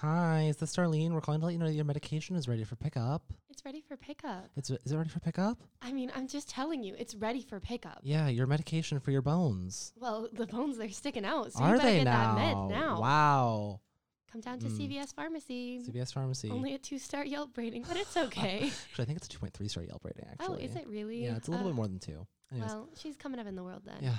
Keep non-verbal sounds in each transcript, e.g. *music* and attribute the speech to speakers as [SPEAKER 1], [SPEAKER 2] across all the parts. [SPEAKER 1] Hi, is this Darlene? We're calling to let you know that your medication is ready for pickup.
[SPEAKER 2] It's ready for pickup.
[SPEAKER 1] It's, is it ready for pickup?
[SPEAKER 2] I mean, I'm just telling you, it's ready for pickup.
[SPEAKER 1] Yeah, your medication for your bones.
[SPEAKER 2] Well, the bones they're sticking out, so
[SPEAKER 1] Are
[SPEAKER 2] you better
[SPEAKER 1] they
[SPEAKER 2] get
[SPEAKER 1] now?
[SPEAKER 2] that med now.
[SPEAKER 1] Wow.
[SPEAKER 2] Come down to
[SPEAKER 1] Mm.
[SPEAKER 2] CVS Pharmacy.
[SPEAKER 1] CVS Pharmacy.
[SPEAKER 2] Only a two-star Yelp rating,
[SPEAKER 1] *laughs*
[SPEAKER 2] but it's okay.
[SPEAKER 1] actually, I think it's a 2.3 star Yelp rating,
[SPEAKER 2] oh,
[SPEAKER 1] actually.
[SPEAKER 2] is it really?
[SPEAKER 1] Yeah, it's a little
[SPEAKER 2] Uh,
[SPEAKER 1] bit more than two. Anyways.
[SPEAKER 2] Well, she's coming up in the world then.
[SPEAKER 1] yeah.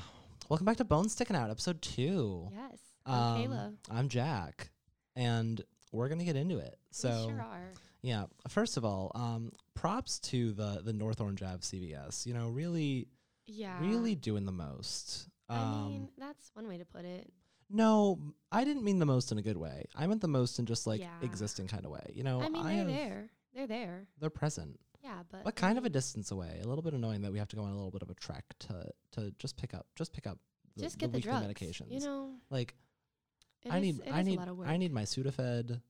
[SPEAKER 1] Welcome back to Bones Sticking Out, episode two.
[SPEAKER 2] Yes.
[SPEAKER 1] Um,
[SPEAKER 2] I'm Kayla.
[SPEAKER 1] I'm Jack, and we're going to get into it. So,
[SPEAKER 2] we sure are.
[SPEAKER 1] Yeah. First of all, um, props to the the North Orange Ave CVS. You know, really,
[SPEAKER 2] Yeah.
[SPEAKER 1] really doing the most. Um,
[SPEAKER 2] I mean, that's one way to put it.
[SPEAKER 1] no, I didn't mean the most in a good way. I meant the most in just like
[SPEAKER 2] Yeah.
[SPEAKER 1] existing kind of way. You know,
[SPEAKER 2] I mean, they're
[SPEAKER 1] oh, have-
[SPEAKER 2] there. They're there.
[SPEAKER 1] They're present.
[SPEAKER 2] Yeah, but
[SPEAKER 1] But kind of a distance away. A little bit annoying that we have to go on a little bit of a trek to to just pick up, just pick up, the,
[SPEAKER 2] just get the,
[SPEAKER 1] weekly
[SPEAKER 2] drugs.
[SPEAKER 1] medications.
[SPEAKER 2] You know,
[SPEAKER 1] like
[SPEAKER 2] it
[SPEAKER 1] I
[SPEAKER 2] is-
[SPEAKER 1] need,
[SPEAKER 2] it
[SPEAKER 1] I
[SPEAKER 2] is
[SPEAKER 1] need,
[SPEAKER 2] a lot of work.
[SPEAKER 1] I need my Sudafed.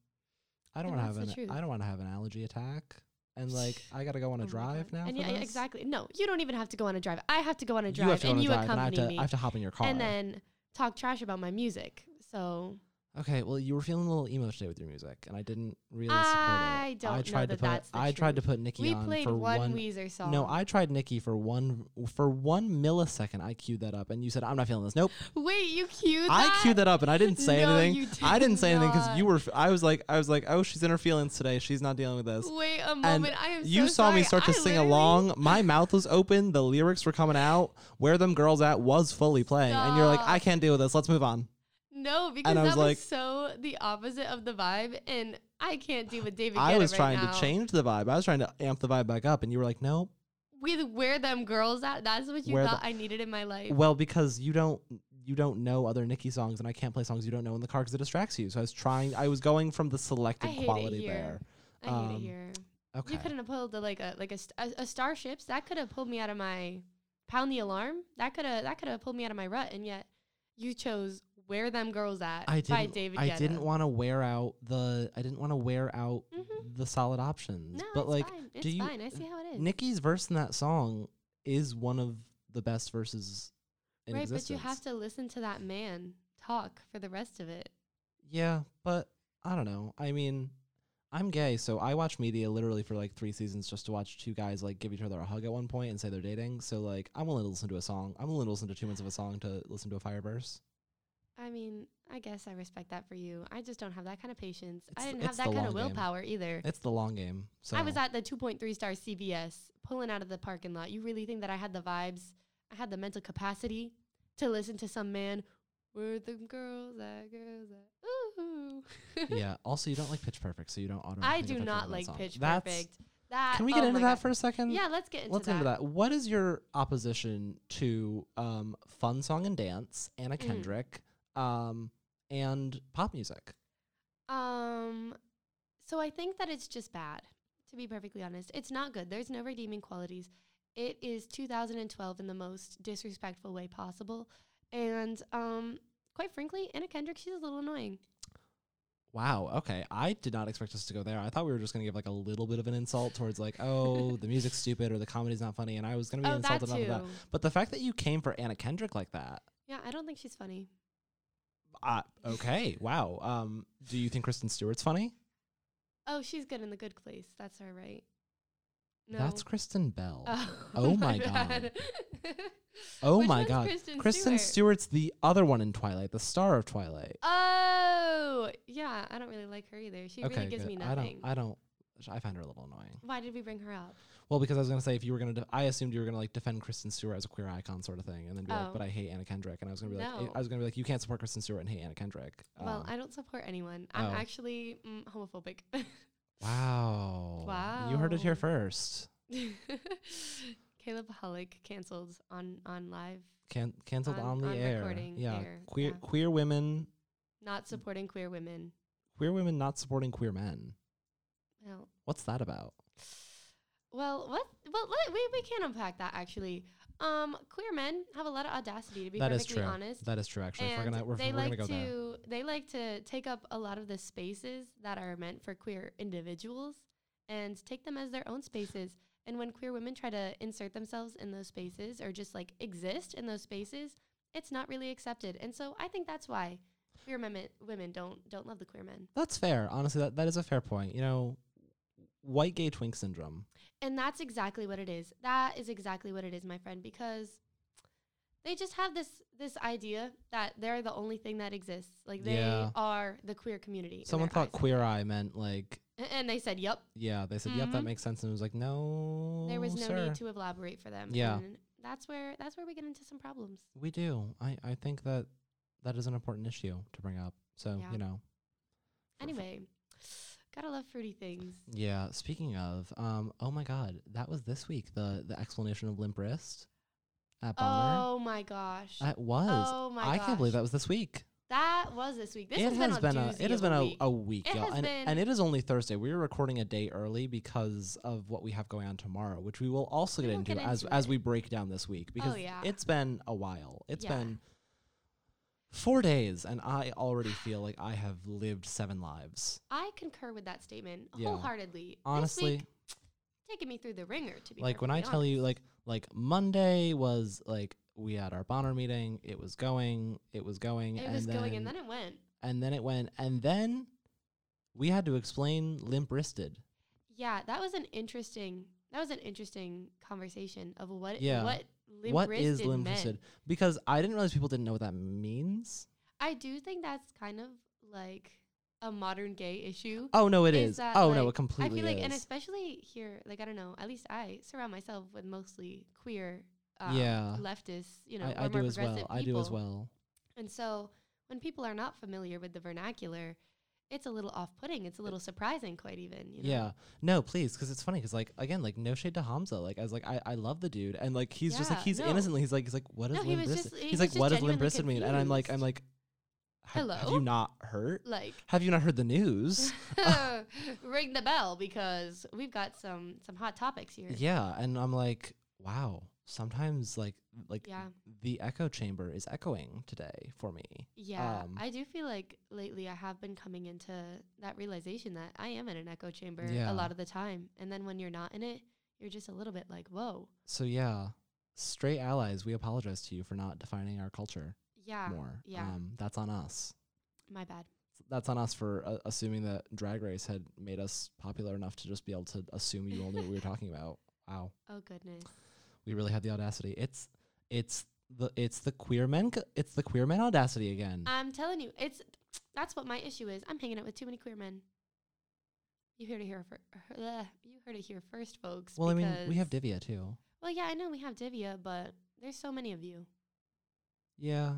[SPEAKER 1] I don't
[SPEAKER 2] And
[SPEAKER 1] want to have
[SPEAKER 2] that's the
[SPEAKER 1] an, I
[SPEAKER 2] truth.
[SPEAKER 1] don't want to have an allergy attack, and
[SPEAKER 2] *sighs*
[SPEAKER 1] like I gotta go on a
[SPEAKER 2] Oh my
[SPEAKER 1] drive
[SPEAKER 2] God.
[SPEAKER 1] now.
[SPEAKER 2] And
[SPEAKER 1] for
[SPEAKER 2] yeah, yeah,
[SPEAKER 1] this?
[SPEAKER 2] exactly. No, you don't even have to go on a drive. I have to go on a drive,
[SPEAKER 1] you have to go
[SPEAKER 2] and
[SPEAKER 1] on a
[SPEAKER 2] you
[SPEAKER 1] drive, and I have
[SPEAKER 2] accompany
[SPEAKER 1] to,
[SPEAKER 2] me,
[SPEAKER 1] I have to hop in your car.
[SPEAKER 2] and then talk trash about my music. So
[SPEAKER 1] okay, well, you were feeling a little emo today with your music, and I didn't really support
[SPEAKER 2] I
[SPEAKER 1] it.
[SPEAKER 2] don't
[SPEAKER 1] I
[SPEAKER 2] know
[SPEAKER 1] tried to
[SPEAKER 2] that
[SPEAKER 1] put
[SPEAKER 2] that's the
[SPEAKER 1] I tried to
[SPEAKER 2] truth.
[SPEAKER 1] put Nikki
[SPEAKER 2] we
[SPEAKER 1] on
[SPEAKER 2] played
[SPEAKER 1] for
[SPEAKER 2] one, Weezer song.
[SPEAKER 1] no, I tried Nikki for one for one millisecond. I queued that up, and you said, "I'm not feeling this." Nope,
[SPEAKER 2] wait, you cued that.
[SPEAKER 1] I queued that up, and I
[SPEAKER 2] *laughs*
[SPEAKER 1] didn't say
[SPEAKER 2] No,
[SPEAKER 1] anything.
[SPEAKER 2] you did
[SPEAKER 1] I didn't say anything because you
[SPEAKER 2] not.
[SPEAKER 1] were. f- I was like, I was like, oh, she's in her feelings today. She's not dealing with this.
[SPEAKER 2] Wait a
[SPEAKER 1] and
[SPEAKER 2] moment. I am.
[SPEAKER 1] you
[SPEAKER 2] so
[SPEAKER 1] saw me
[SPEAKER 2] sorry.
[SPEAKER 1] start to sing
[SPEAKER 2] I literally-
[SPEAKER 1] along. My mouth was open. The lyrics were coming out. Where them girls at was fully playing, and you're like, I
[SPEAKER 2] Stop.
[SPEAKER 1] can't deal with this. Let's move on.
[SPEAKER 2] No, because
[SPEAKER 1] I
[SPEAKER 2] that
[SPEAKER 1] was
[SPEAKER 2] was
[SPEAKER 1] like-
[SPEAKER 2] so the opposite of the vibe, and I can't deal with David.
[SPEAKER 1] I
[SPEAKER 2] Guetta
[SPEAKER 1] was
[SPEAKER 2] right
[SPEAKER 1] trying
[SPEAKER 2] now.
[SPEAKER 1] to change the vibe. I was trying to amp the vibe back up, and you were like, "No,
[SPEAKER 2] with where them girls at. That's what you
[SPEAKER 1] Where the-
[SPEAKER 2] thought I needed in my life.
[SPEAKER 1] well, because you don't you don't know other Nicki songs, and I can't play songs you don't know in the car because it distracts you." So I was trying. I was going from the selected
[SPEAKER 2] I hate it
[SPEAKER 1] quality there.
[SPEAKER 2] here. I hate
[SPEAKER 1] um,
[SPEAKER 2] it here.
[SPEAKER 1] Okay.
[SPEAKER 2] You couldn't have pulled the, like a like a, st- a, a starships that could have pulled me out of my pound the alarm that could have that could have pulled me out of my rut and yet you chose where them girls at
[SPEAKER 1] I
[SPEAKER 2] by
[SPEAKER 1] didn't.
[SPEAKER 2] David
[SPEAKER 1] I
[SPEAKER 2] Guetta.
[SPEAKER 1] didn't want to wear out the. I didn't want to wear out
[SPEAKER 2] Mhm.
[SPEAKER 1] the solid options.
[SPEAKER 2] no,
[SPEAKER 1] but
[SPEAKER 2] it's
[SPEAKER 1] like
[SPEAKER 2] fine.
[SPEAKER 1] do
[SPEAKER 2] it's
[SPEAKER 1] you-
[SPEAKER 2] fine I see how it is
[SPEAKER 1] Nicki's verse in that song is one of the best verses in
[SPEAKER 2] right
[SPEAKER 1] existence.
[SPEAKER 2] but you have to listen to that man talk for the rest of it
[SPEAKER 1] Yeah, but I don't know. I mean, I'm gay, so I watch media literally for like three seasons just to watch two guys like give each other a hug at one point and say they're dating. So like, I'm willing to listen to a song. I'm willing to listen to two minutes of a song to listen to a fire burst.
[SPEAKER 2] I mean I guess I respect that for you I just don't have that kind of patience
[SPEAKER 1] It's-
[SPEAKER 2] I didn't
[SPEAKER 1] it's
[SPEAKER 2] have
[SPEAKER 1] the
[SPEAKER 2] that kind of
[SPEAKER 1] long game.
[SPEAKER 2] willpower either
[SPEAKER 1] It's the long game. So
[SPEAKER 2] I was at *laughs* the 2.3 star CVS pulling out of the parking lot. You really think that I had the vibes? I had the mental capacity to listen to some man. Where the girls at, girls at. Ooh.
[SPEAKER 1] yeah. Also, you don't like Pitch Perfect, so you don't automatically.
[SPEAKER 2] I
[SPEAKER 1] get
[SPEAKER 2] do
[SPEAKER 1] that
[SPEAKER 2] not
[SPEAKER 1] feeling
[SPEAKER 2] like
[SPEAKER 1] about the
[SPEAKER 2] Pitch
[SPEAKER 1] song. That's-
[SPEAKER 2] Perfect. That
[SPEAKER 1] Can we get
[SPEAKER 2] oh
[SPEAKER 1] into
[SPEAKER 2] my
[SPEAKER 1] that
[SPEAKER 2] God.
[SPEAKER 1] for a second?
[SPEAKER 2] Yeah, let's get into
[SPEAKER 1] Let's
[SPEAKER 2] that.
[SPEAKER 1] into that. What is your opposition to um, fun song and dance, Anna
[SPEAKER 2] Mm.
[SPEAKER 1] Kendrick, um, and pop music?
[SPEAKER 2] Um, so I think that it's just bad. To be perfectly honest, it's not good. There's no redeeming qualities. It is 2012 in the most disrespectful way possible, and um, quite frankly, Anna Kendrick, she's a little annoying.
[SPEAKER 1] Wow. Okay. I did not expect us to go there. I thought we were just going to give like a little bit of an insult towards like, oh, the music's stupid or the comedy's not funny, and I was going to be
[SPEAKER 2] Oh, that
[SPEAKER 1] insulted
[SPEAKER 2] too.
[SPEAKER 1] about that. But the fact that you came for Anna Kendrick like that,
[SPEAKER 2] Yeah, I don't think she's funny.
[SPEAKER 1] uh, okay. wow. Um, do you think Kristen Stewart's funny?
[SPEAKER 2] Oh, she's good in the good place. That's her, right? No. *laughs*
[SPEAKER 1] That's Kristen Bell. Oh my God.
[SPEAKER 2] bad.
[SPEAKER 1] oh
[SPEAKER 2] Which
[SPEAKER 1] my
[SPEAKER 2] one's
[SPEAKER 1] god.
[SPEAKER 2] Kristen,
[SPEAKER 1] Kristen
[SPEAKER 2] Stewart.
[SPEAKER 1] Stewart's the other one in Twilight, the star of Twilight.
[SPEAKER 2] Oh, yeah. I don't really like her either. She really gives
[SPEAKER 1] good.
[SPEAKER 2] me
[SPEAKER 1] I don't.
[SPEAKER 2] nothing.
[SPEAKER 1] I don't. I find her a little annoying.
[SPEAKER 2] Why did we bring her up?
[SPEAKER 1] Well, because I was gonna say if you were gonna, de- I assumed you were gonna like defend Kristen Stewart as a queer icon sort of thing, and then be like,
[SPEAKER 2] Oh.
[SPEAKER 1] but I hate Anna Kendrick, and I was gonna be like,
[SPEAKER 2] No.
[SPEAKER 1] I was gonna be like, you can't support Kristen Stewart and hate Anna Kendrick.
[SPEAKER 2] well,
[SPEAKER 1] Um,
[SPEAKER 2] I don't support anyone. I'm
[SPEAKER 1] oh.
[SPEAKER 2] actually mm, homophobic. *laughs*
[SPEAKER 1] wow, you heard it here
[SPEAKER 2] Wow.
[SPEAKER 1] first.
[SPEAKER 2] Caleb Hullock canceled on on live,
[SPEAKER 1] Can- canceled
[SPEAKER 2] On-
[SPEAKER 1] on, the
[SPEAKER 2] on
[SPEAKER 1] air.
[SPEAKER 2] recording
[SPEAKER 1] yeah,
[SPEAKER 2] air,
[SPEAKER 1] queer
[SPEAKER 2] yeah.
[SPEAKER 1] queer women, Mm.
[SPEAKER 2] not supporting queer women.
[SPEAKER 1] queer women not supporting queer men.
[SPEAKER 2] Well,
[SPEAKER 1] What's that about?
[SPEAKER 2] well, what? Well, let, we we can unpack that actually. Um, queer men have a lot of audacity. To be
[SPEAKER 1] that is
[SPEAKER 2] perfectly
[SPEAKER 1] true.
[SPEAKER 2] honest,
[SPEAKER 1] That is true. Actually, if we're
[SPEAKER 2] And
[SPEAKER 1] gonna we're,
[SPEAKER 2] they
[SPEAKER 1] we're
[SPEAKER 2] like
[SPEAKER 1] gonna go
[SPEAKER 2] to
[SPEAKER 1] there.
[SPEAKER 2] they like to take up a lot of the spaces that are meant for queer individuals and take them as their own spaces. And when queer women try to insert themselves in those spaces or just like exist in those spaces, it's not really accepted. And so I think that's why queer women women don't don't love the queer men.
[SPEAKER 1] That's fair. Honestly, that, that is a fair point. You know, white gay twink syndrome.
[SPEAKER 2] And that's exactly what it is. That is exactly what it is, my friend, because they just have this this idea that they're the only thing that exists. Like they
[SPEAKER 1] Yeah.
[SPEAKER 2] are the queer community. in
[SPEAKER 1] Someone
[SPEAKER 2] their
[SPEAKER 1] thought
[SPEAKER 2] eyes.
[SPEAKER 1] queer eye meant like,
[SPEAKER 2] A- And they said, "Yep,
[SPEAKER 1] yeah, they said, yep, that
[SPEAKER 2] Mhm.
[SPEAKER 1] makes sense. And it was like, no.
[SPEAKER 2] there was no
[SPEAKER 1] Oh, sir.
[SPEAKER 2] need to elaborate for them."
[SPEAKER 1] Yeah.
[SPEAKER 2] And that's where that's where we get into some problems.
[SPEAKER 1] We do. I, I think that that is an important issue to bring up. So,
[SPEAKER 2] Yeah.
[SPEAKER 1] you know.
[SPEAKER 2] Anyway, gotta love fruity things.
[SPEAKER 1] Yeah. Speaking of, um, oh my God, that was this week, the the explanation of limp wrist at Bonner.
[SPEAKER 2] Oh my gosh.
[SPEAKER 1] That was.
[SPEAKER 2] oh my
[SPEAKER 1] I
[SPEAKER 2] gosh.
[SPEAKER 1] can't believe that was this week.
[SPEAKER 2] That was this week. This
[SPEAKER 1] it
[SPEAKER 2] has, been, a,
[SPEAKER 1] a
[SPEAKER 2] doozy
[SPEAKER 1] it has
[SPEAKER 2] of
[SPEAKER 1] been a
[SPEAKER 2] week.
[SPEAKER 1] a week,
[SPEAKER 2] It
[SPEAKER 1] y'all.
[SPEAKER 2] has
[SPEAKER 1] And,
[SPEAKER 2] been-
[SPEAKER 1] and it is only Thursday. We are recording a day early because of what we have going on tomorrow, which we will also get
[SPEAKER 2] We will
[SPEAKER 1] into
[SPEAKER 2] get
[SPEAKER 1] as
[SPEAKER 2] into
[SPEAKER 1] as
[SPEAKER 2] it. Oh,
[SPEAKER 1] we break down this week because
[SPEAKER 2] yeah.
[SPEAKER 1] it's been a while. It's
[SPEAKER 2] Yeah.
[SPEAKER 1] been four days, and I already feel like I have lived seven lives.
[SPEAKER 2] I concur with that statement
[SPEAKER 1] Yeah.
[SPEAKER 2] wholeheartedly.
[SPEAKER 1] Honestly,
[SPEAKER 2] this week, taking me through the ringer to be
[SPEAKER 1] like when I
[SPEAKER 2] perfectly
[SPEAKER 1] tell you,
[SPEAKER 2] honest.
[SPEAKER 1] like like Monday was like we had our Bonner meeting. It was going. It was going.
[SPEAKER 2] it
[SPEAKER 1] and
[SPEAKER 2] was
[SPEAKER 1] then,
[SPEAKER 2] going and then it went.
[SPEAKER 1] and then it went. And then we had to explain limp wristed.
[SPEAKER 2] Yeah, that was an interesting. That was an interesting conversation of what
[SPEAKER 1] Yeah.
[SPEAKER 2] what limp
[SPEAKER 1] What is
[SPEAKER 2] wristed meant.
[SPEAKER 1] wristed? Because I didn't realize people didn't know what that means.
[SPEAKER 2] I do think that's kind of like a modern gay issue.
[SPEAKER 1] Oh no, it
[SPEAKER 2] Is
[SPEAKER 1] is.
[SPEAKER 2] that,
[SPEAKER 1] Oh
[SPEAKER 2] like,
[SPEAKER 1] no, it
[SPEAKER 2] I
[SPEAKER 1] completely
[SPEAKER 2] feel like, and
[SPEAKER 1] is.
[SPEAKER 2] especially here, like I don't know. At least I surround myself with mostly queer, uh,
[SPEAKER 1] Yeah.
[SPEAKER 2] leftists. You know,
[SPEAKER 1] I,
[SPEAKER 2] or
[SPEAKER 1] I
[SPEAKER 2] more
[SPEAKER 1] do as well.
[SPEAKER 2] progressive
[SPEAKER 1] I do as
[SPEAKER 2] people.
[SPEAKER 1] well.
[SPEAKER 2] And so when people are not familiar with the vernacular, it's a little off-putting. It's a little surprising, quite even. You know?
[SPEAKER 1] Yeah. No, please, because it's funny. Because like again, like no shade to Hamza. Like I was like, I, I love the dude, and like he's just like
[SPEAKER 2] Yeah,
[SPEAKER 1] he's
[SPEAKER 2] no.
[SPEAKER 1] innocently. He's like he's like what is
[SPEAKER 2] No, he
[SPEAKER 1] limp
[SPEAKER 2] was
[SPEAKER 1] wristed?
[SPEAKER 2] just- he
[SPEAKER 1] He's
[SPEAKER 2] was
[SPEAKER 1] like
[SPEAKER 2] just
[SPEAKER 1] what does limp
[SPEAKER 2] genuinely
[SPEAKER 1] wristed mean? And I'm like I'm
[SPEAKER 2] confused.
[SPEAKER 1] like, "Ha- Have
[SPEAKER 2] Hello?
[SPEAKER 1] you not heard?
[SPEAKER 2] Like
[SPEAKER 1] Have you not heard the
[SPEAKER 2] *sighs*
[SPEAKER 1] news?
[SPEAKER 2] *laughs* ring the bell because we've got some some hot topics here.
[SPEAKER 1] yeah. And I'm like, wow. Sometimes like like
[SPEAKER 2] Yeah.
[SPEAKER 1] the echo chamber is echoing today for me.
[SPEAKER 2] Yeah,
[SPEAKER 1] Um,
[SPEAKER 2] I do feel like lately I have been coming into that realization that I am in an echo chamber
[SPEAKER 1] Yeah.
[SPEAKER 2] a lot of the time. And then when you're not in it, you're just a little bit like, whoa.
[SPEAKER 1] So yeah, straight allies, we apologize to you for not defining our culture
[SPEAKER 2] Yeah.
[SPEAKER 1] more.
[SPEAKER 2] Ah, yeah.
[SPEAKER 1] Um, that's on us.
[SPEAKER 2] My bad.
[SPEAKER 1] That's on us for uh, assuming that Drag Race had made us popular enough to just be able to assume you all knew what we were talking about. Wow,
[SPEAKER 2] Oh goodness.
[SPEAKER 1] we really had the audacity. It's it's the it's the queer men c- it's the queer men audacity again.
[SPEAKER 2] I'm telling you, it's that's what my issue is. I'm hanging out with too many queer men. You heard it here fir- bleh, you heard it here first, folks.
[SPEAKER 1] well, I mean, we have
[SPEAKER 2] because-
[SPEAKER 1] Divya too.
[SPEAKER 2] Well, yeah, I know we have Divya, but there's so many of you.
[SPEAKER 1] Yeah.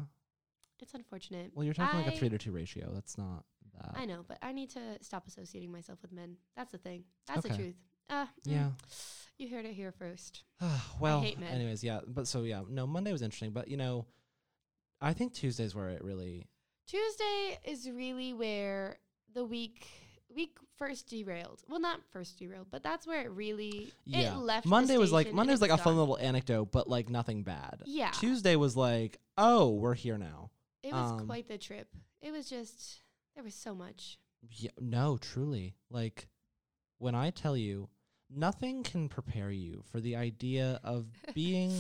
[SPEAKER 2] It's unfortunate.
[SPEAKER 1] Well, you're talking like a
[SPEAKER 2] I-
[SPEAKER 1] three to two ratio. That's not that.
[SPEAKER 2] I know, but I need to stop associating myself with men. That's the thing. That's the
[SPEAKER 1] Okay.
[SPEAKER 2] truth. Uh, mm,
[SPEAKER 1] Yeah.
[SPEAKER 2] You heard it here first.
[SPEAKER 1] *sighs* well,
[SPEAKER 2] hate men.
[SPEAKER 1] anyways, yeah. But so yeah, no, Monday was interesting, but you know, I think Tuesdays where it really
[SPEAKER 2] Tuesday is really where the week week first derailed. Well, not first derailed, but that's where it really
[SPEAKER 1] Yeah.
[SPEAKER 2] it left. the
[SPEAKER 1] Monday was
[SPEAKER 2] station
[SPEAKER 1] like
[SPEAKER 2] and
[SPEAKER 1] Monday
[SPEAKER 2] it
[SPEAKER 1] was like a fun
[SPEAKER 2] gone.
[SPEAKER 1] little anecdote, but like nothing bad.
[SPEAKER 2] Yeah.
[SPEAKER 1] Tuesday was like, oh, we're here now.
[SPEAKER 2] It was
[SPEAKER 1] Um,
[SPEAKER 2] quite the trip. It was just there was so much.
[SPEAKER 1] Yeah, no, truly. Like when I tell you, nothing can prepare you for the idea of
[SPEAKER 2] *laughs*
[SPEAKER 1] being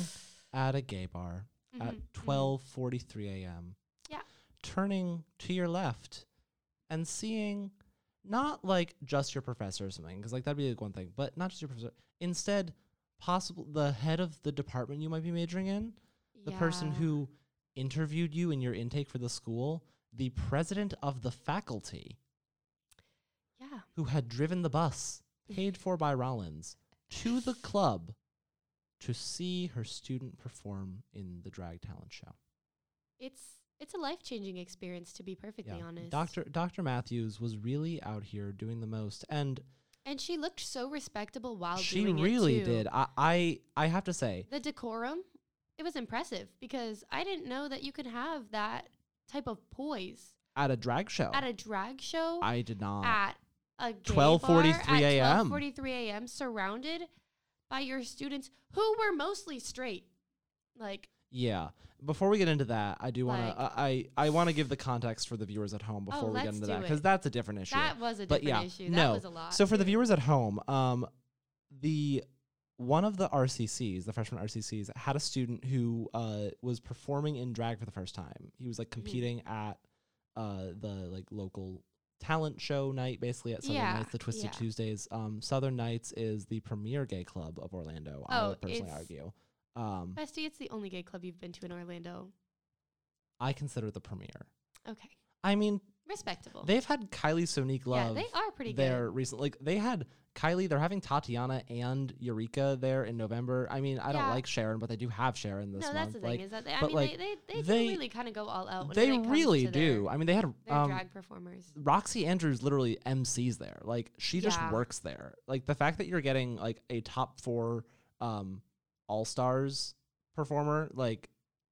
[SPEAKER 1] at a gay bar at
[SPEAKER 2] Mhm, mhm.
[SPEAKER 1] twelve forty three a.m.
[SPEAKER 2] Yeah.
[SPEAKER 1] turning to your left and seeing not like just your professor or something, because like that'd be like one thing, but not just your professor. Instead, possible the head of the department you might be majoring in. the person
[SPEAKER 2] Yeah.
[SPEAKER 1] who interviewed you in your intake for the school, the president of the faculty
[SPEAKER 2] Yeah.
[SPEAKER 1] who had driven the bus paid for by Rollins to the club to see her student perform in the drag talent show.
[SPEAKER 2] It's it's a life changing experience to be perfectly honest.
[SPEAKER 1] Dr. Dr. Matthews was really out here doing the most and
[SPEAKER 2] And she looked so respectable while
[SPEAKER 1] she
[SPEAKER 2] doing
[SPEAKER 1] really
[SPEAKER 2] it too.
[SPEAKER 1] did. I, I I have to say
[SPEAKER 2] The decorum, it was impressive because I didn't know that you could have that type of poise
[SPEAKER 1] at a drag show
[SPEAKER 2] at a drag show
[SPEAKER 1] Oh. I uh, did not
[SPEAKER 2] at a
[SPEAKER 1] 12:43 a.m..
[SPEAKER 2] Forty three a.m. surrounded by your students who were mostly straight. Like
[SPEAKER 1] Yeah. Before we get into that, I do want
[SPEAKER 2] Like-
[SPEAKER 1] to I I, I want to give the context for the viewers at home
[SPEAKER 2] Oh,
[SPEAKER 1] before we get
[SPEAKER 2] let's
[SPEAKER 1] into
[SPEAKER 2] do
[SPEAKER 1] that because
[SPEAKER 2] it.
[SPEAKER 1] that's a different issue.
[SPEAKER 2] that was a
[SPEAKER 1] but
[SPEAKER 2] different
[SPEAKER 1] yeah,
[SPEAKER 2] issue. That
[SPEAKER 1] no.
[SPEAKER 2] was a lot.
[SPEAKER 1] so for the
[SPEAKER 2] too.
[SPEAKER 1] viewers at home, um, the one of the RCCs, the freshman RCCs, had
[SPEAKER 2] Hmm.
[SPEAKER 1] a student who uh, was performing in drag for the first time. He was like competing at uh, the like local talent show night basically at Southern
[SPEAKER 2] Yeah,
[SPEAKER 1] Nights, the Twisted
[SPEAKER 2] yeah.
[SPEAKER 1] Tuesdays. Um, Southern Nights is the premier gay club of Orlando. I
[SPEAKER 2] Oh,
[SPEAKER 1] would personally
[SPEAKER 2] it's-
[SPEAKER 1] argue. Um,
[SPEAKER 2] Bestie, it's the only gay club you've been to in Orlando.
[SPEAKER 1] I consider it the premier.
[SPEAKER 2] Okay.
[SPEAKER 1] I mean,
[SPEAKER 2] Respectable.
[SPEAKER 1] they've had Kylie Sonique
[SPEAKER 2] yeah,
[SPEAKER 1] Love.
[SPEAKER 2] they are pretty
[SPEAKER 1] there
[SPEAKER 2] good.
[SPEAKER 1] recently. Like they had Kylie. They're having Tatiana and Eureka there in November. I mean, I don't
[SPEAKER 2] Yeah.
[SPEAKER 1] like Sharon, but they do have Sharon this
[SPEAKER 2] No,
[SPEAKER 1] month.
[SPEAKER 2] that's the thing
[SPEAKER 1] like
[SPEAKER 2] is that they, I
[SPEAKER 1] but,
[SPEAKER 2] mean,
[SPEAKER 1] like,
[SPEAKER 2] they, they, they,
[SPEAKER 1] they-
[SPEAKER 2] can really kind of go all out. whenever
[SPEAKER 1] they
[SPEAKER 2] it comes
[SPEAKER 1] really
[SPEAKER 2] to their-
[SPEAKER 1] do. I mean, they had
[SPEAKER 2] They're
[SPEAKER 1] um,
[SPEAKER 2] drag performers.
[SPEAKER 1] Roxy Andrews literally MCs there. Like she just
[SPEAKER 2] Yeah.
[SPEAKER 1] works there. Like the fact that you're getting like a top four um all stars performer like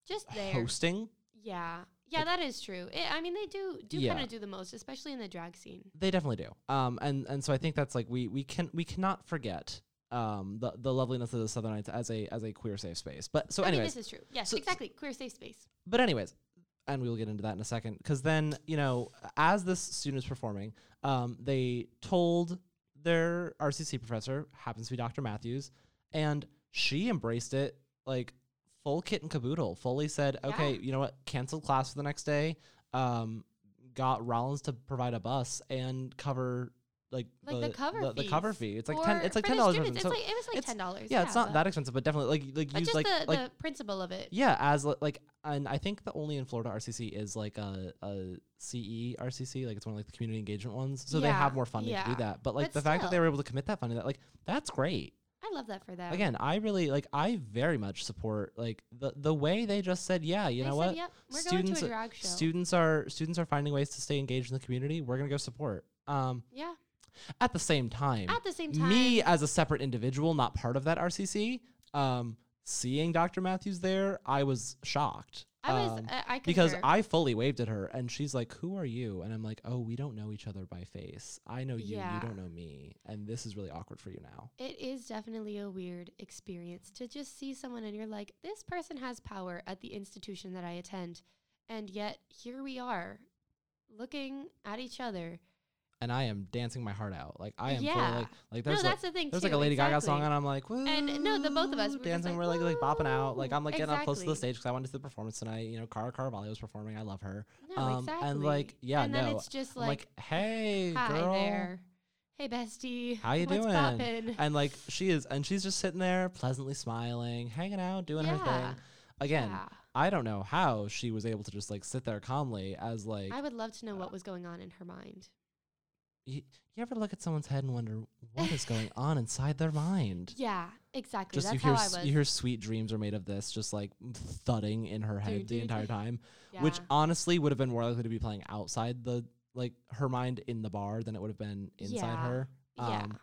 [SPEAKER 2] Just there.
[SPEAKER 1] hosting,
[SPEAKER 2] Yeah. Yeah,
[SPEAKER 1] Like-
[SPEAKER 2] that is true. It, I mean, they do do
[SPEAKER 1] Yeah.
[SPEAKER 2] kind of do the most, especially in the drag scene.
[SPEAKER 1] they definitely do. Um, and and so I think that's like we we can we cannot forget um the the loveliness of the Southern Nights as a as a queer safe space. But so
[SPEAKER 2] I
[SPEAKER 1] anyways,
[SPEAKER 2] mean, this is true. Yes,
[SPEAKER 1] so-
[SPEAKER 2] exactly. Queer safe space.
[SPEAKER 1] but anyways and we will get into that in a second because then you know as this student is performing um, they told their rcc professor happens to be dr matthews and she embraced it like full kit and caboodle fully said okay
[SPEAKER 2] Yeah.
[SPEAKER 1] you know what canceled class for the next day um, got rollins to provide a bus and cover like,
[SPEAKER 2] Like the cover
[SPEAKER 1] the, cover
[SPEAKER 2] fees
[SPEAKER 1] fee it's like 10
[SPEAKER 2] For-
[SPEAKER 1] it's like
[SPEAKER 2] for the
[SPEAKER 1] $10
[SPEAKER 2] students,
[SPEAKER 1] difference.
[SPEAKER 2] It's
[SPEAKER 1] so
[SPEAKER 2] like, it was like
[SPEAKER 1] it's-
[SPEAKER 2] ten dollars.
[SPEAKER 1] yeah, it's not that expensive but definitely like like use
[SPEAKER 2] Just
[SPEAKER 1] like
[SPEAKER 2] the,
[SPEAKER 1] like
[SPEAKER 2] the principle of it.
[SPEAKER 1] yeah, as li- like, and I think the only in Florida RCC is like a, a E CE RCC, like it's one of like the community engagement ones. So they
[SPEAKER 2] Yeah,
[SPEAKER 1] have more funding to do
[SPEAKER 2] yeah.
[SPEAKER 1] that. But like
[SPEAKER 2] But
[SPEAKER 1] the fact that they
[SPEAKER 2] still.
[SPEAKER 1] were able to commit that funding, that like that's great.
[SPEAKER 2] I love that for them.
[SPEAKER 1] Again, I really like. I very much support like the the way they just said, yeah, you
[SPEAKER 2] They
[SPEAKER 1] know
[SPEAKER 2] said,
[SPEAKER 1] what,
[SPEAKER 2] Yep, we're going
[SPEAKER 1] Students-
[SPEAKER 2] to a drag show.
[SPEAKER 1] students are students are finding ways to stay engaged in the community. We're gonna go support. Um,
[SPEAKER 2] yeah.
[SPEAKER 1] at the same time,
[SPEAKER 2] At the same time,
[SPEAKER 1] me as a separate individual, not part of that RCC, um, seeing Dr. Matthews there, I was shocked.
[SPEAKER 2] I was.
[SPEAKER 1] um,
[SPEAKER 2] I, I
[SPEAKER 1] because
[SPEAKER 2] concur.
[SPEAKER 1] I fully waved at her and she's like, Who are you? And I'm like, Oh, we don't know each other by face. I know you, you
[SPEAKER 2] Yeah.
[SPEAKER 1] don't know me. And this is really awkward for you now.
[SPEAKER 2] It is definitely a weird experience to just see someone and you're like, this person has power at the institution that I attend. And yet here we are looking at each other.
[SPEAKER 1] And I am dancing my heart out. Like I am fully
[SPEAKER 2] Yeah.
[SPEAKER 1] like like there's like
[SPEAKER 2] no, that's the thing.
[SPEAKER 1] there's
[SPEAKER 2] too.
[SPEAKER 1] like a Lady Gaga song
[SPEAKER 2] exactly.
[SPEAKER 1] and I'm like, Woo,
[SPEAKER 2] And no, the both of us were just
[SPEAKER 1] dancing,
[SPEAKER 2] like,
[SPEAKER 1] we're like like bopping out. Like I'm like getting up close to the
[SPEAKER 2] Exactly.
[SPEAKER 1] stage because I wanted to see the performance tonight. You know, Cara Carvalho was performing. I love her.
[SPEAKER 2] No,
[SPEAKER 1] um,
[SPEAKER 2] exactly.
[SPEAKER 1] and, like, yeah,
[SPEAKER 2] and then
[SPEAKER 1] no,
[SPEAKER 2] it's just
[SPEAKER 1] I'm like,
[SPEAKER 2] like,
[SPEAKER 1] Hey,
[SPEAKER 2] hi
[SPEAKER 1] girl.
[SPEAKER 2] there. Hey, bestie.
[SPEAKER 1] How you
[SPEAKER 2] *laughs* What's
[SPEAKER 1] doing?
[SPEAKER 2] Poppin'?
[SPEAKER 1] and like she is and she's just sitting there pleasantly smiling hanging out doing her
[SPEAKER 2] Yeah,
[SPEAKER 1] thing again
[SPEAKER 2] yeah.
[SPEAKER 1] i don't know how she was able to just like sit there calmly as like uh,
[SPEAKER 2] I would love to know what was going on in her mind.
[SPEAKER 1] you, you ever look at someone's head and wonder what is
[SPEAKER 2] *laughs*
[SPEAKER 1] going on inside their mind
[SPEAKER 2] Yeah, exactly.
[SPEAKER 1] just
[SPEAKER 2] That's
[SPEAKER 1] you hear
[SPEAKER 2] how I
[SPEAKER 1] s-
[SPEAKER 2] was.
[SPEAKER 1] you hear sweet dreams are made of this just like thudding in her head the
[SPEAKER 2] Doo, doo,
[SPEAKER 1] entire
[SPEAKER 2] doo.
[SPEAKER 1] time
[SPEAKER 2] yeah.
[SPEAKER 1] which honestly would have been more likely to be playing outside the like her mind in the bar than it would have been inside
[SPEAKER 2] Yeah.
[SPEAKER 1] her
[SPEAKER 2] yeah.
[SPEAKER 1] um,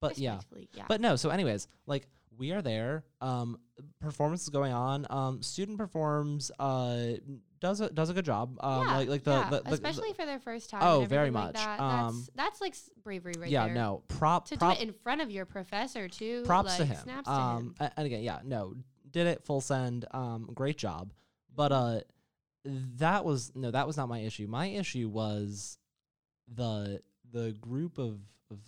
[SPEAKER 1] but yeah
[SPEAKER 2] Respectfully, yeah.
[SPEAKER 1] But no, so anyways, like we are there. Um performance is going on. Um student performs uh does a does a good job. Um like like the,
[SPEAKER 2] yeah,
[SPEAKER 1] the, the- the-
[SPEAKER 2] especially for their first time.
[SPEAKER 1] Oh,
[SPEAKER 2] and
[SPEAKER 1] very
[SPEAKER 2] everything
[SPEAKER 1] much.
[SPEAKER 2] Like that.
[SPEAKER 1] Um,
[SPEAKER 2] that's that's like s- bravery right
[SPEAKER 1] yeah,
[SPEAKER 2] there.
[SPEAKER 1] no. Prop
[SPEAKER 2] To
[SPEAKER 1] prop
[SPEAKER 2] do it in front of your professor too.
[SPEAKER 1] props
[SPEAKER 2] like,
[SPEAKER 1] to him.
[SPEAKER 2] Snaps to
[SPEAKER 1] um
[SPEAKER 2] him.
[SPEAKER 1] a- and again, yeah, no. Did it full send. Um great job. But uh that was no, that was not my issue. My issue was the the group of of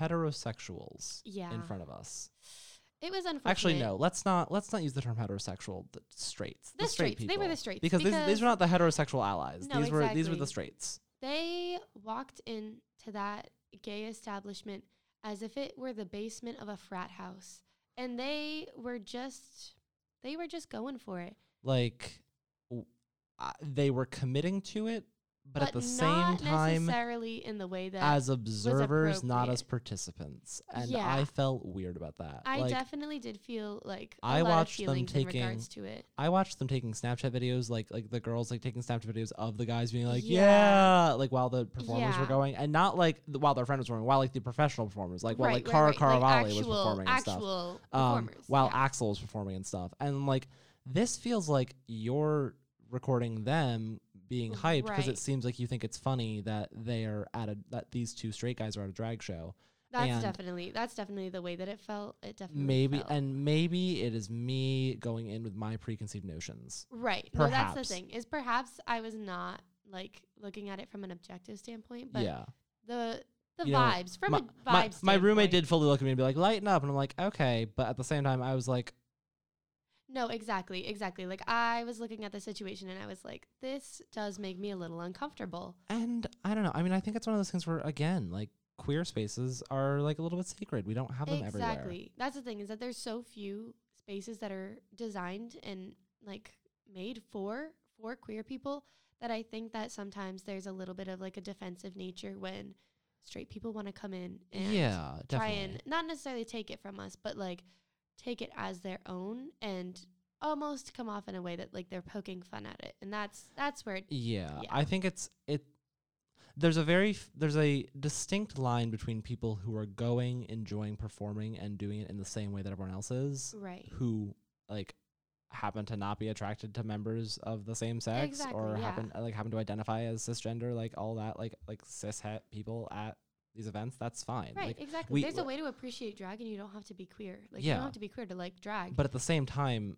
[SPEAKER 1] heterosexuals
[SPEAKER 2] Yeah.
[SPEAKER 1] in front of us.
[SPEAKER 2] It was unfortunate.
[SPEAKER 1] Actually, no. Let's not. Let's not use the term heterosexual. The straights. The,
[SPEAKER 2] The
[SPEAKER 1] straight
[SPEAKER 2] straights,
[SPEAKER 1] people.
[SPEAKER 2] they were the straights,
[SPEAKER 1] Because, these, these
[SPEAKER 2] because-
[SPEAKER 1] were not the heterosexual allies.
[SPEAKER 2] No,
[SPEAKER 1] these were these were the
[SPEAKER 2] exactly.
[SPEAKER 1] straights.
[SPEAKER 2] They walked into that gay establishment as if it were the basement of a frat house, and they were just they were just going for it.
[SPEAKER 1] Like, w I they were committing to it, but, at the same
[SPEAKER 2] not
[SPEAKER 1] time,
[SPEAKER 2] necessarily in the way that
[SPEAKER 1] as observers, not as
[SPEAKER 2] appropriate.
[SPEAKER 1] participants. And
[SPEAKER 2] Yeah.
[SPEAKER 1] I felt weird about that.
[SPEAKER 2] I
[SPEAKER 1] like,
[SPEAKER 2] definitely did feel like a
[SPEAKER 1] I
[SPEAKER 2] lot
[SPEAKER 1] watched them
[SPEAKER 2] of feelings
[SPEAKER 1] taking-
[SPEAKER 2] in regards to it.
[SPEAKER 1] I watched them taking Snapchat videos, like like the girls like taking Snapchat videos of the guys being like, yeah,
[SPEAKER 2] Yeah.
[SPEAKER 1] like while the performers were
[SPEAKER 2] Yeah.
[SPEAKER 1] going, and not like th- while their friend was performing, while like the professional performers, like while
[SPEAKER 2] right,
[SPEAKER 1] like
[SPEAKER 2] right,
[SPEAKER 1] Cara
[SPEAKER 2] right,
[SPEAKER 1] Caravale was
[SPEAKER 2] actual-
[SPEAKER 1] performing and stuff.
[SPEAKER 2] actual
[SPEAKER 1] um,
[SPEAKER 2] performers,
[SPEAKER 1] while
[SPEAKER 2] yeah.
[SPEAKER 1] Axel was performing and stuff. And like, this feels like you're recording them being hyped because it
[SPEAKER 2] Right.
[SPEAKER 1] seems like you think it's funny that they're at a that these two straight guys are at a drag show. and-
[SPEAKER 2] that's definitely that's definitely the way that it felt. It definitely
[SPEAKER 1] Maybe
[SPEAKER 2] felt.
[SPEAKER 1] and maybe it is me going in with my preconceived notions.
[SPEAKER 2] right. No,
[SPEAKER 1] perhaps.
[SPEAKER 2] that's the thing is perhaps I was not like looking at it from an objective standpoint, but
[SPEAKER 1] yeah.
[SPEAKER 2] the the
[SPEAKER 1] You know,
[SPEAKER 2] vibes from
[SPEAKER 1] my,
[SPEAKER 2] a vibe
[SPEAKER 1] my, my roommate
[SPEAKER 2] standpoint.
[SPEAKER 1] did fully look at me and be like, lighten up. And I'm like, okay. But at the same time, I was like,
[SPEAKER 2] No, exactly, exactly. Like I was looking at the situation and I was like, this does make me a little uncomfortable.
[SPEAKER 1] And I don't know. I mean, I think it's one of those things where again, like queer spaces are like a little bit sacred. We don't have them everywhere.
[SPEAKER 2] Exactly. That's the thing is that there's so few spaces that are designed and like made for for queer people that I think that sometimes there's a little bit of like a defensive nature when straight people want to come in and
[SPEAKER 1] yeah,
[SPEAKER 2] try
[SPEAKER 1] definitely.
[SPEAKER 2] and not necessarily take it from us, but like take it as their own and almost come off in a way that like they're poking fun at it. And that's that's where it,
[SPEAKER 1] yeah,
[SPEAKER 2] yeah.
[SPEAKER 1] I think it's it. There's a very f- there's a distinct line between people who are going, enjoying performing, and doing it in the same way that everyone else is,
[SPEAKER 2] right.
[SPEAKER 1] who like happen to not be attracted to members of the same sex
[SPEAKER 2] Exactly,
[SPEAKER 1] or
[SPEAKER 2] yeah.
[SPEAKER 1] happen like happen to identify as cisgender, like all that, like like cis het people at these events. That's fine.
[SPEAKER 2] Right,
[SPEAKER 1] Like,
[SPEAKER 2] exactly.
[SPEAKER 1] we-
[SPEAKER 2] There's a
[SPEAKER 1] w-
[SPEAKER 2] way to appreciate drag and you don't have to be queer. Like you
[SPEAKER 1] Yeah.
[SPEAKER 2] don't have to be queer to like drag.
[SPEAKER 1] but at the same time,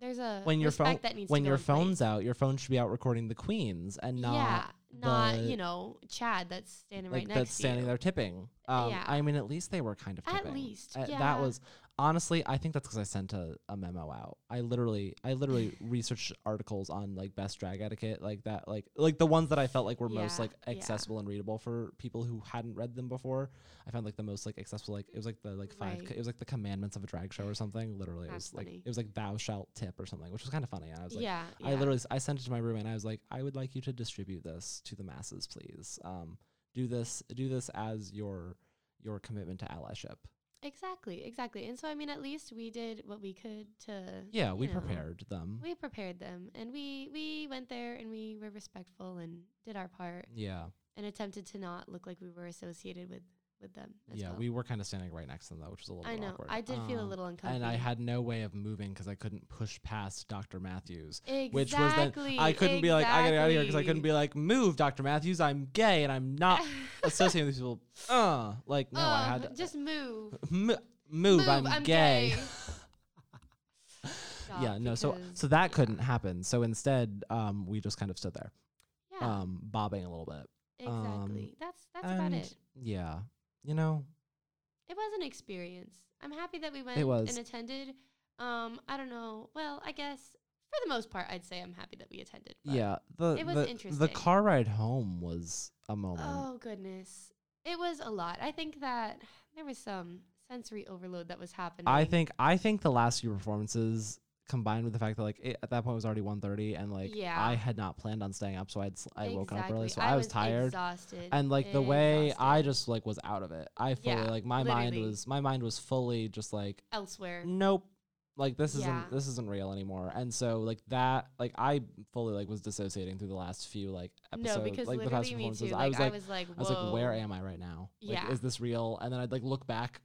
[SPEAKER 2] There's a
[SPEAKER 1] when your phone
[SPEAKER 2] respect that needs
[SPEAKER 1] when
[SPEAKER 2] to go
[SPEAKER 1] your
[SPEAKER 2] in place.
[SPEAKER 1] phone's out, your phone should be out recording the queens and not
[SPEAKER 2] yeah, not
[SPEAKER 1] the-
[SPEAKER 2] you know Chad that's standing
[SPEAKER 1] like
[SPEAKER 2] right next
[SPEAKER 1] that's standing
[SPEAKER 2] to you.
[SPEAKER 1] there tipping. Um,
[SPEAKER 2] Yeah.
[SPEAKER 1] I mean, at least they were kind of
[SPEAKER 2] At
[SPEAKER 1] tipping.
[SPEAKER 2] least,
[SPEAKER 1] Uh,
[SPEAKER 2] yeah.
[SPEAKER 1] That was honestly, I think that's because I sent a, a memo out. I literally, I
[SPEAKER 2] *laughs*
[SPEAKER 1] literally researched articles on like best drag etiquette, like that, like like the ones that I felt like were most
[SPEAKER 2] Yeah,
[SPEAKER 1] like
[SPEAKER 2] yeah.
[SPEAKER 1] accessible and readable for people who hadn't read them before. I found like the most like accessible, like it was like the like five,
[SPEAKER 2] Right.
[SPEAKER 1] co- it was like the commandments of a drag show or something. Literally, it was
[SPEAKER 2] That's
[SPEAKER 1] like
[SPEAKER 2] funny.
[SPEAKER 1] it was like thou shalt tip or something, which was kind of funny. I was like,
[SPEAKER 2] yeah,
[SPEAKER 1] I
[SPEAKER 2] yeah.
[SPEAKER 1] literally s- I sent it to my roommate and I was like, I would like you to distribute this to the masses, please. Um, do this do this as your your commitment to allyship.
[SPEAKER 2] exactly, exactly. And so I mean, at least we did what we could to
[SPEAKER 1] Yeah, we
[SPEAKER 2] you know,
[SPEAKER 1] prepared them.
[SPEAKER 2] We prepared them, and we we went there and we were respectful and did our part
[SPEAKER 1] yeah.
[SPEAKER 2] and attempted to not look like we were associated with with them. As
[SPEAKER 1] Yeah,
[SPEAKER 2] well.
[SPEAKER 1] we were kind of standing right next to them though, which was a little
[SPEAKER 2] I
[SPEAKER 1] bit
[SPEAKER 2] know.
[SPEAKER 1] awkward.
[SPEAKER 2] I did feel a
[SPEAKER 1] Um,
[SPEAKER 2] little uncomfortable.
[SPEAKER 1] and I had no way of moving because I couldn't push past Dr. Matthews.
[SPEAKER 2] exactly,
[SPEAKER 1] Which was then I couldn't be like, I gotta get out of here because I couldn't be like, move, Dr. Matthews, I'm gay and I'm
[SPEAKER 2] *laughs*
[SPEAKER 1] not associating with these people. Uh, like, *laughs* no, I had to
[SPEAKER 2] just move.
[SPEAKER 1] m- move, I'm, gay. *laughs*
[SPEAKER 2] Stop,
[SPEAKER 1] yeah no so
[SPEAKER 2] because-
[SPEAKER 1] so that couldn't happen so instead um we just kind of stood there
[SPEAKER 2] yeah,
[SPEAKER 1] um bobbing a little bit
[SPEAKER 2] exactly.
[SPEAKER 1] um,
[SPEAKER 2] that's that's about
[SPEAKER 1] and
[SPEAKER 2] it.
[SPEAKER 1] yeah you know
[SPEAKER 2] It was an experience. I'm happy that we went
[SPEAKER 1] was.
[SPEAKER 2] and attended. Um, I don't know. Well, I guess for the most part, I'd say I'm happy that we attended. but-
[SPEAKER 1] yeah the
[SPEAKER 2] it was
[SPEAKER 1] the, the
[SPEAKER 2] interesting.
[SPEAKER 1] car ride home was a moment
[SPEAKER 2] Oh goodness, it was a lot. I think that there was some sensory overload that was happening.
[SPEAKER 1] i think i think the last few performances combined with the fact that like it, at that point it was already 1.30 and like
[SPEAKER 2] Yeah.
[SPEAKER 1] i had not planned on staying up so i'd sl- i woke up early
[SPEAKER 2] Exactly.
[SPEAKER 1] so i, was tired
[SPEAKER 2] exhausted,
[SPEAKER 1] and like the way i
[SPEAKER 2] exhausted.
[SPEAKER 1] just like was out of it i fully
[SPEAKER 2] Yeah,
[SPEAKER 1] like my mind
[SPEAKER 2] literally.
[SPEAKER 1] was my mind was fully just like
[SPEAKER 2] elsewhere.
[SPEAKER 1] nope like this
[SPEAKER 2] Yeah.
[SPEAKER 1] isn't this isn't real anymore and so like that like i fully like was dissociating through the last few like episodes
[SPEAKER 2] no, because
[SPEAKER 1] like the past
[SPEAKER 2] literally me too.
[SPEAKER 1] performances i
[SPEAKER 2] Like,
[SPEAKER 1] was like
[SPEAKER 2] like,
[SPEAKER 1] I was like, where
[SPEAKER 2] "Whoa."
[SPEAKER 1] am I right now? Like,
[SPEAKER 2] Yeah.
[SPEAKER 1] is this real? And then I'd like look back.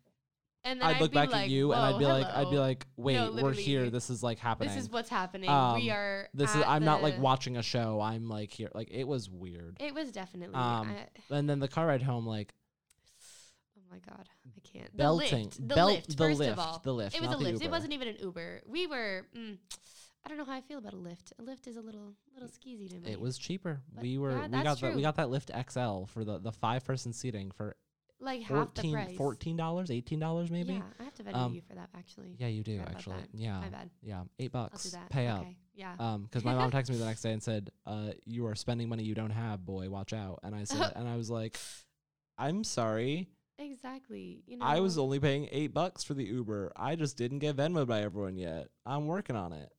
[SPEAKER 2] And then
[SPEAKER 1] I'd look
[SPEAKER 2] be
[SPEAKER 1] back
[SPEAKER 2] like,
[SPEAKER 1] at you, and I'd
[SPEAKER 2] "Whoa,
[SPEAKER 1] be like, I'd be
[SPEAKER 2] hello.
[SPEAKER 1] like, wait, we're
[SPEAKER 2] literally,
[SPEAKER 1] here. This is like happening.
[SPEAKER 2] this is what's happening. we
[SPEAKER 1] Um,
[SPEAKER 2] are.
[SPEAKER 1] This is.
[SPEAKER 2] at
[SPEAKER 1] I'm not like
[SPEAKER 2] the-
[SPEAKER 1] watching a show. I'm like here. Like it was weird.
[SPEAKER 2] It was definitely.
[SPEAKER 1] Um,
[SPEAKER 2] I-
[SPEAKER 1] and then the car ride home, like
[SPEAKER 2] oh my god, I can't. The
[SPEAKER 1] belting,
[SPEAKER 2] lift, the
[SPEAKER 1] belt,
[SPEAKER 2] lift.
[SPEAKER 1] the
[SPEAKER 2] first
[SPEAKER 1] lift,
[SPEAKER 2] of all,
[SPEAKER 1] the lift.
[SPEAKER 2] it was
[SPEAKER 1] not
[SPEAKER 2] a
[SPEAKER 1] the
[SPEAKER 2] lift. It
[SPEAKER 1] Uber.
[SPEAKER 2] wasn't even an Uber. We were. Mm, I don't know how I feel about a lift. A lift is a little, little skeezy to me.
[SPEAKER 1] It was cheaper.
[SPEAKER 2] But
[SPEAKER 1] we were
[SPEAKER 2] yeah,
[SPEAKER 1] we
[SPEAKER 2] that's
[SPEAKER 1] got the, we
[SPEAKER 2] true.
[SPEAKER 1] got that lift XL for the the five person seating for
[SPEAKER 2] like half the
[SPEAKER 1] 14
[SPEAKER 2] price.
[SPEAKER 1] dollars, eighteen dollars maybe.
[SPEAKER 2] Yeah, I have to venmo
[SPEAKER 1] Um,
[SPEAKER 2] you for that actually.
[SPEAKER 1] Yeah, you do
[SPEAKER 2] Forgot about
[SPEAKER 1] actually.
[SPEAKER 2] that.
[SPEAKER 1] Yeah,
[SPEAKER 2] My bad.
[SPEAKER 1] yeah, eight
[SPEAKER 2] I'll do
[SPEAKER 1] bucks.
[SPEAKER 2] that.
[SPEAKER 1] Pay
[SPEAKER 2] okay.
[SPEAKER 1] up.
[SPEAKER 2] Yeah.
[SPEAKER 1] Um, because my mom texted me the next day and said, "Uh, you are spending money you don't have, boy. Watch out." And I
[SPEAKER 2] *laughs*
[SPEAKER 1] said, and I was like, "I'm sorry.
[SPEAKER 2] exactly. You know.
[SPEAKER 1] I was only paying eight bucks for the Uber. I just didn't get Venmo by everyone yet. I'm working on it."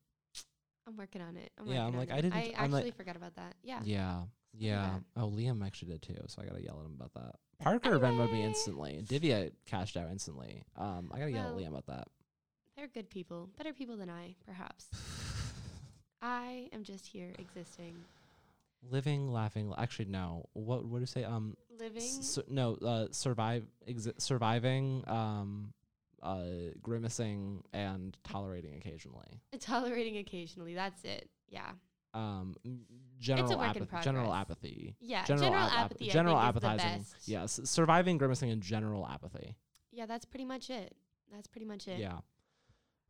[SPEAKER 2] I'm working on it. I'm
[SPEAKER 1] Yeah, I'm
[SPEAKER 2] working on
[SPEAKER 1] like, I
[SPEAKER 2] it.
[SPEAKER 1] didn't-
[SPEAKER 2] I
[SPEAKER 1] I'm
[SPEAKER 2] actually
[SPEAKER 1] like-
[SPEAKER 2] forgot about that. Yeah.
[SPEAKER 1] Yeah, yeah.
[SPEAKER 2] bad.
[SPEAKER 1] Oh, Liam actually did too. So I gotta yell at him about that. Parker Venmoed me
[SPEAKER 2] Anyway.
[SPEAKER 1] instantly. Divya cashed out instantly. Um, I gotta yell
[SPEAKER 2] Well,
[SPEAKER 1] at Liam about that.
[SPEAKER 2] They're good people, better people than I, perhaps.
[SPEAKER 1] *sighs*
[SPEAKER 2] I am just here existing,
[SPEAKER 1] Living, laughing. la- Actually, no. What what do you say? Um,
[SPEAKER 2] living.
[SPEAKER 1] s- su- no. Uh, survive, exi- surviving. Um, uh, grimacing and tolerating occasionally.
[SPEAKER 2] tolerating occasionally. That's it. Yeah.
[SPEAKER 1] Um, m- general
[SPEAKER 2] work in
[SPEAKER 1] apathy. General
[SPEAKER 2] progress.
[SPEAKER 1] apathy.
[SPEAKER 2] Yeah.
[SPEAKER 1] General,
[SPEAKER 2] General,
[SPEAKER 1] ap- ap-
[SPEAKER 2] apathy. I
[SPEAKER 1] general
[SPEAKER 2] think, is the
[SPEAKER 1] appetizing.
[SPEAKER 2] best.
[SPEAKER 1] Yes, surviving, grimacing, and general apathy.
[SPEAKER 2] Yeah, that's pretty much it. That's pretty much it.
[SPEAKER 1] Yeah.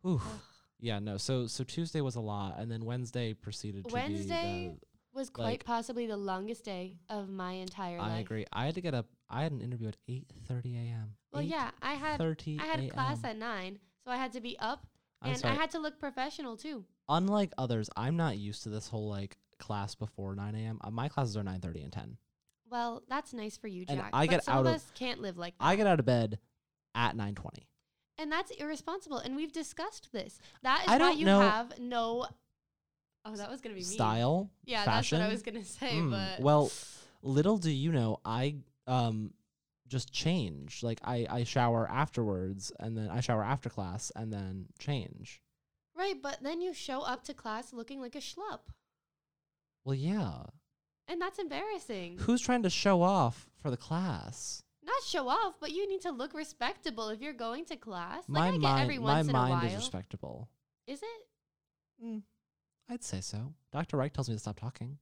[SPEAKER 1] Oof.
[SPEAKER 2] Ugh.
[SPEAKER 1] Yeah. No. So so Tuesday was a lot, and then Wednesday proceeded to
[SPEAKER 2] Wednesday
[SPEAKER 1] be. the-
[SPEAKER 2] Was quite
[SPEAKER 1] Like-
[SPEAKER 2] possibly the longest day of my entire life.
[SPEAKER 1] I agree. I had to get up. I had an interview at eight thirty a.m.
[SPEAKER 2] Well, yeah, I had
[SPEAKER 1] 30
[SPEAKER 2] I had a class
[SPEAKER 1] a.m..
[SPEAKER 2] at nine, so I had to be up
[SPEAKER 1] I'm
[SPEAKER 2] and
[SPEAKER 1] sorry.
[SPEAKER 2] I had to look professional too.
[SPEAKER 1] Unlike others, I'm not used to this whole like class before 9 a.m. Uh, My classes are 9:30 and 10.
[SPEAKER 2] Well, that's nice for you,
[SPEAKER 1] And
[SPEAKER 2] Jack.
[SPEAKER 1] I
[SPEAKER 2] but
[SPEAKER 1] get
[SPEAKER 2] some
[SPEAKER 1] out
[SPEAKER 2] of
[SPEAKER 1] of-
[SPEAKER 2] us can't live like that.
[SPEAKER 1] I get out of bed at 9:20.
[SPEAKER 2] and that's irresponsible. And we've discussed this. That is
[SPEAKER 1] I
[SPEAKER 2] why
[SPEAKER 1] don't
[SPEAKER 2] you
[SPEAKER 1] know-
[SPEAKER 2] have no. Oh, that was gonna be me.
[SPEAKER 1] Style,
[SPEAKER 2] Yeah,
[SPEAKER 1] fashion.
[SPEAKER 2] that's what I was gonna say.
[SPEAKER 1] Mm,
[SPEAKER 2] But
[SPEAKER 1] well, little do you know, I um just change. Like I I shower afterwards, and then I shower after class, and then change.
[SPEAKER 2] right, but then you show up to class looking like a schlup,
[SPEAKER 1] Well, yeah.
[SPEAKER 2] and that's embarrassing.
[SPEAKER 1] Who's trying to show off for the class?
[SPEAKER 2] Not show off, but you need to look respectable if you're going to class. Like I
[SPEAKER 1] my
[SPEAKER 2] get
[SPEAKER 1] mind,
[SPEAKER 2] every
[SPEAKER 1] my
[SPEAKER 2] once in a
[SPEAKER 1] mind
[SPEAKER 2] while.
[SPEAKER 1] is respectable.
[SPEAKER 2] is it?
[SPEAKER 1] Mm, I'd say so. Doctor Reich tells me to stop talking.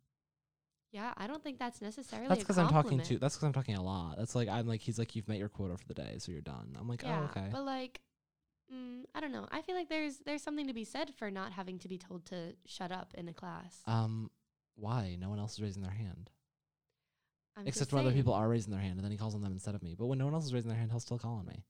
[SPEAKER 2] Yeah, I don't think that's necessarily.
[SPEAKER 1] That's
[SPEAKER 2] because
[SPEAKER 1] because I'm talking to. That's because I'm talking a lot. That's like I'm like he's like you've met your quota for the day, so you're done. I'm like
[SPEAKER 2] yeah,
[SPEAKER 1] oh okay.
[SPEAKER 2] but like, mm, I don't know. I feel like there's there's something to be said for not having to be told to shut up in a class.
[SPEAKER 1] Um, why no one else is raising their hand
[SPEAKER 2] I'm just
[SPEAKER 1] except when other
[SPEAKER 2] saying.
[SPEAKER 1] people are raising their hand, and then he calls on them instead of me. But when no one else is raising their hand, he'll still call on me.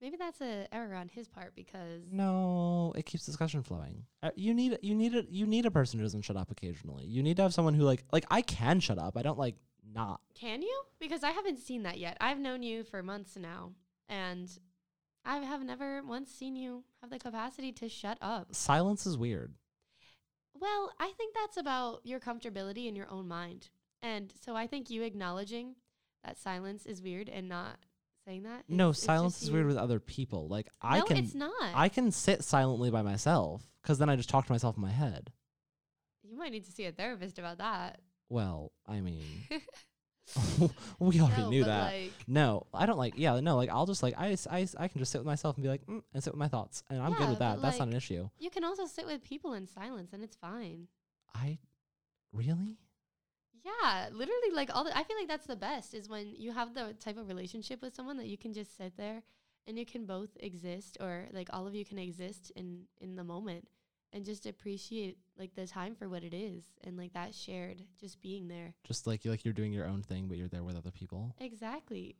[SPEAKER 2] Maybe that's a error on his part because
[SPEAKER 1] No, it keeps discussion flowing. Uh, you need you need a you need a person who doesn't shut up occasionally. You need to have someone who like like I can shut up. I don't like not.
[SPEAKER 2] can you? Because I haven't seen that yet. I've known you for months now, and I have never once seen you have the capacity to shut up.
[SPEAKER 1] Silence is weird.
[SPEAKER 2] Well, I think that's about your comfortability in your own mind. And so I think you acknowledging that silence is weird and not saying that.
[SPEAKER 1] no,
[SPEAKER 2] is-
[SPEAKER 1] silence
[SPEAKER 2] just
[SPEAKER 1] is
[SPEAKER 2] you-
[SPEAKER 1] weird with other people. Like I
[SPEAKER 2] no,
[SPEAKER 1] can
[SPEAKER 2] it's not.
[SPEAKER 1] I can sit silently by myself because then I just talk to myself in my head.
[SPEAKER 2] you might need to see a therapist about that.
[SPEAKER 1] Well, I
[SPEAKER 2] *laughs*
[SPEAKER 1] mean, *laughs* we already
[SPEAKER 2] No,
[SPEAKER 1] knew
[SPEAKER 2] but,
[SPEAKER 1] that.
[SPEAKER 2] Like,
[SPEAKER 1] no, I don't like. Yeah, no, like I'll just like I, s- I, s- I can just sit with myself and be like, mm, and sit with my thoughts, and I'm good
[SPEAKER 2] Yeah,
[SPEAKER 1] with that.
[SPEAKER 2] but,
[SPEAKER 1] That's not
[SPEAKER 2] like-
[SPEAKER 1] an issue.
[SPEAKER 2] you can also sit with people in silence, and it's fine.
[SPEAKER 1] I really.
[SPEAKER 2] Yeah, literally, like all the. I feel like that's the best is when you have the type of relationship with someone that you can just sit there, and you can both exist, or like all of you can exist in in the moment, and just appreciate like the time for what it is, and like that shared just being there.
[SPEAKER 1] Just like you, like you're doing your own thing, but you're there with other people.
[SPEAKER 2] Exactly.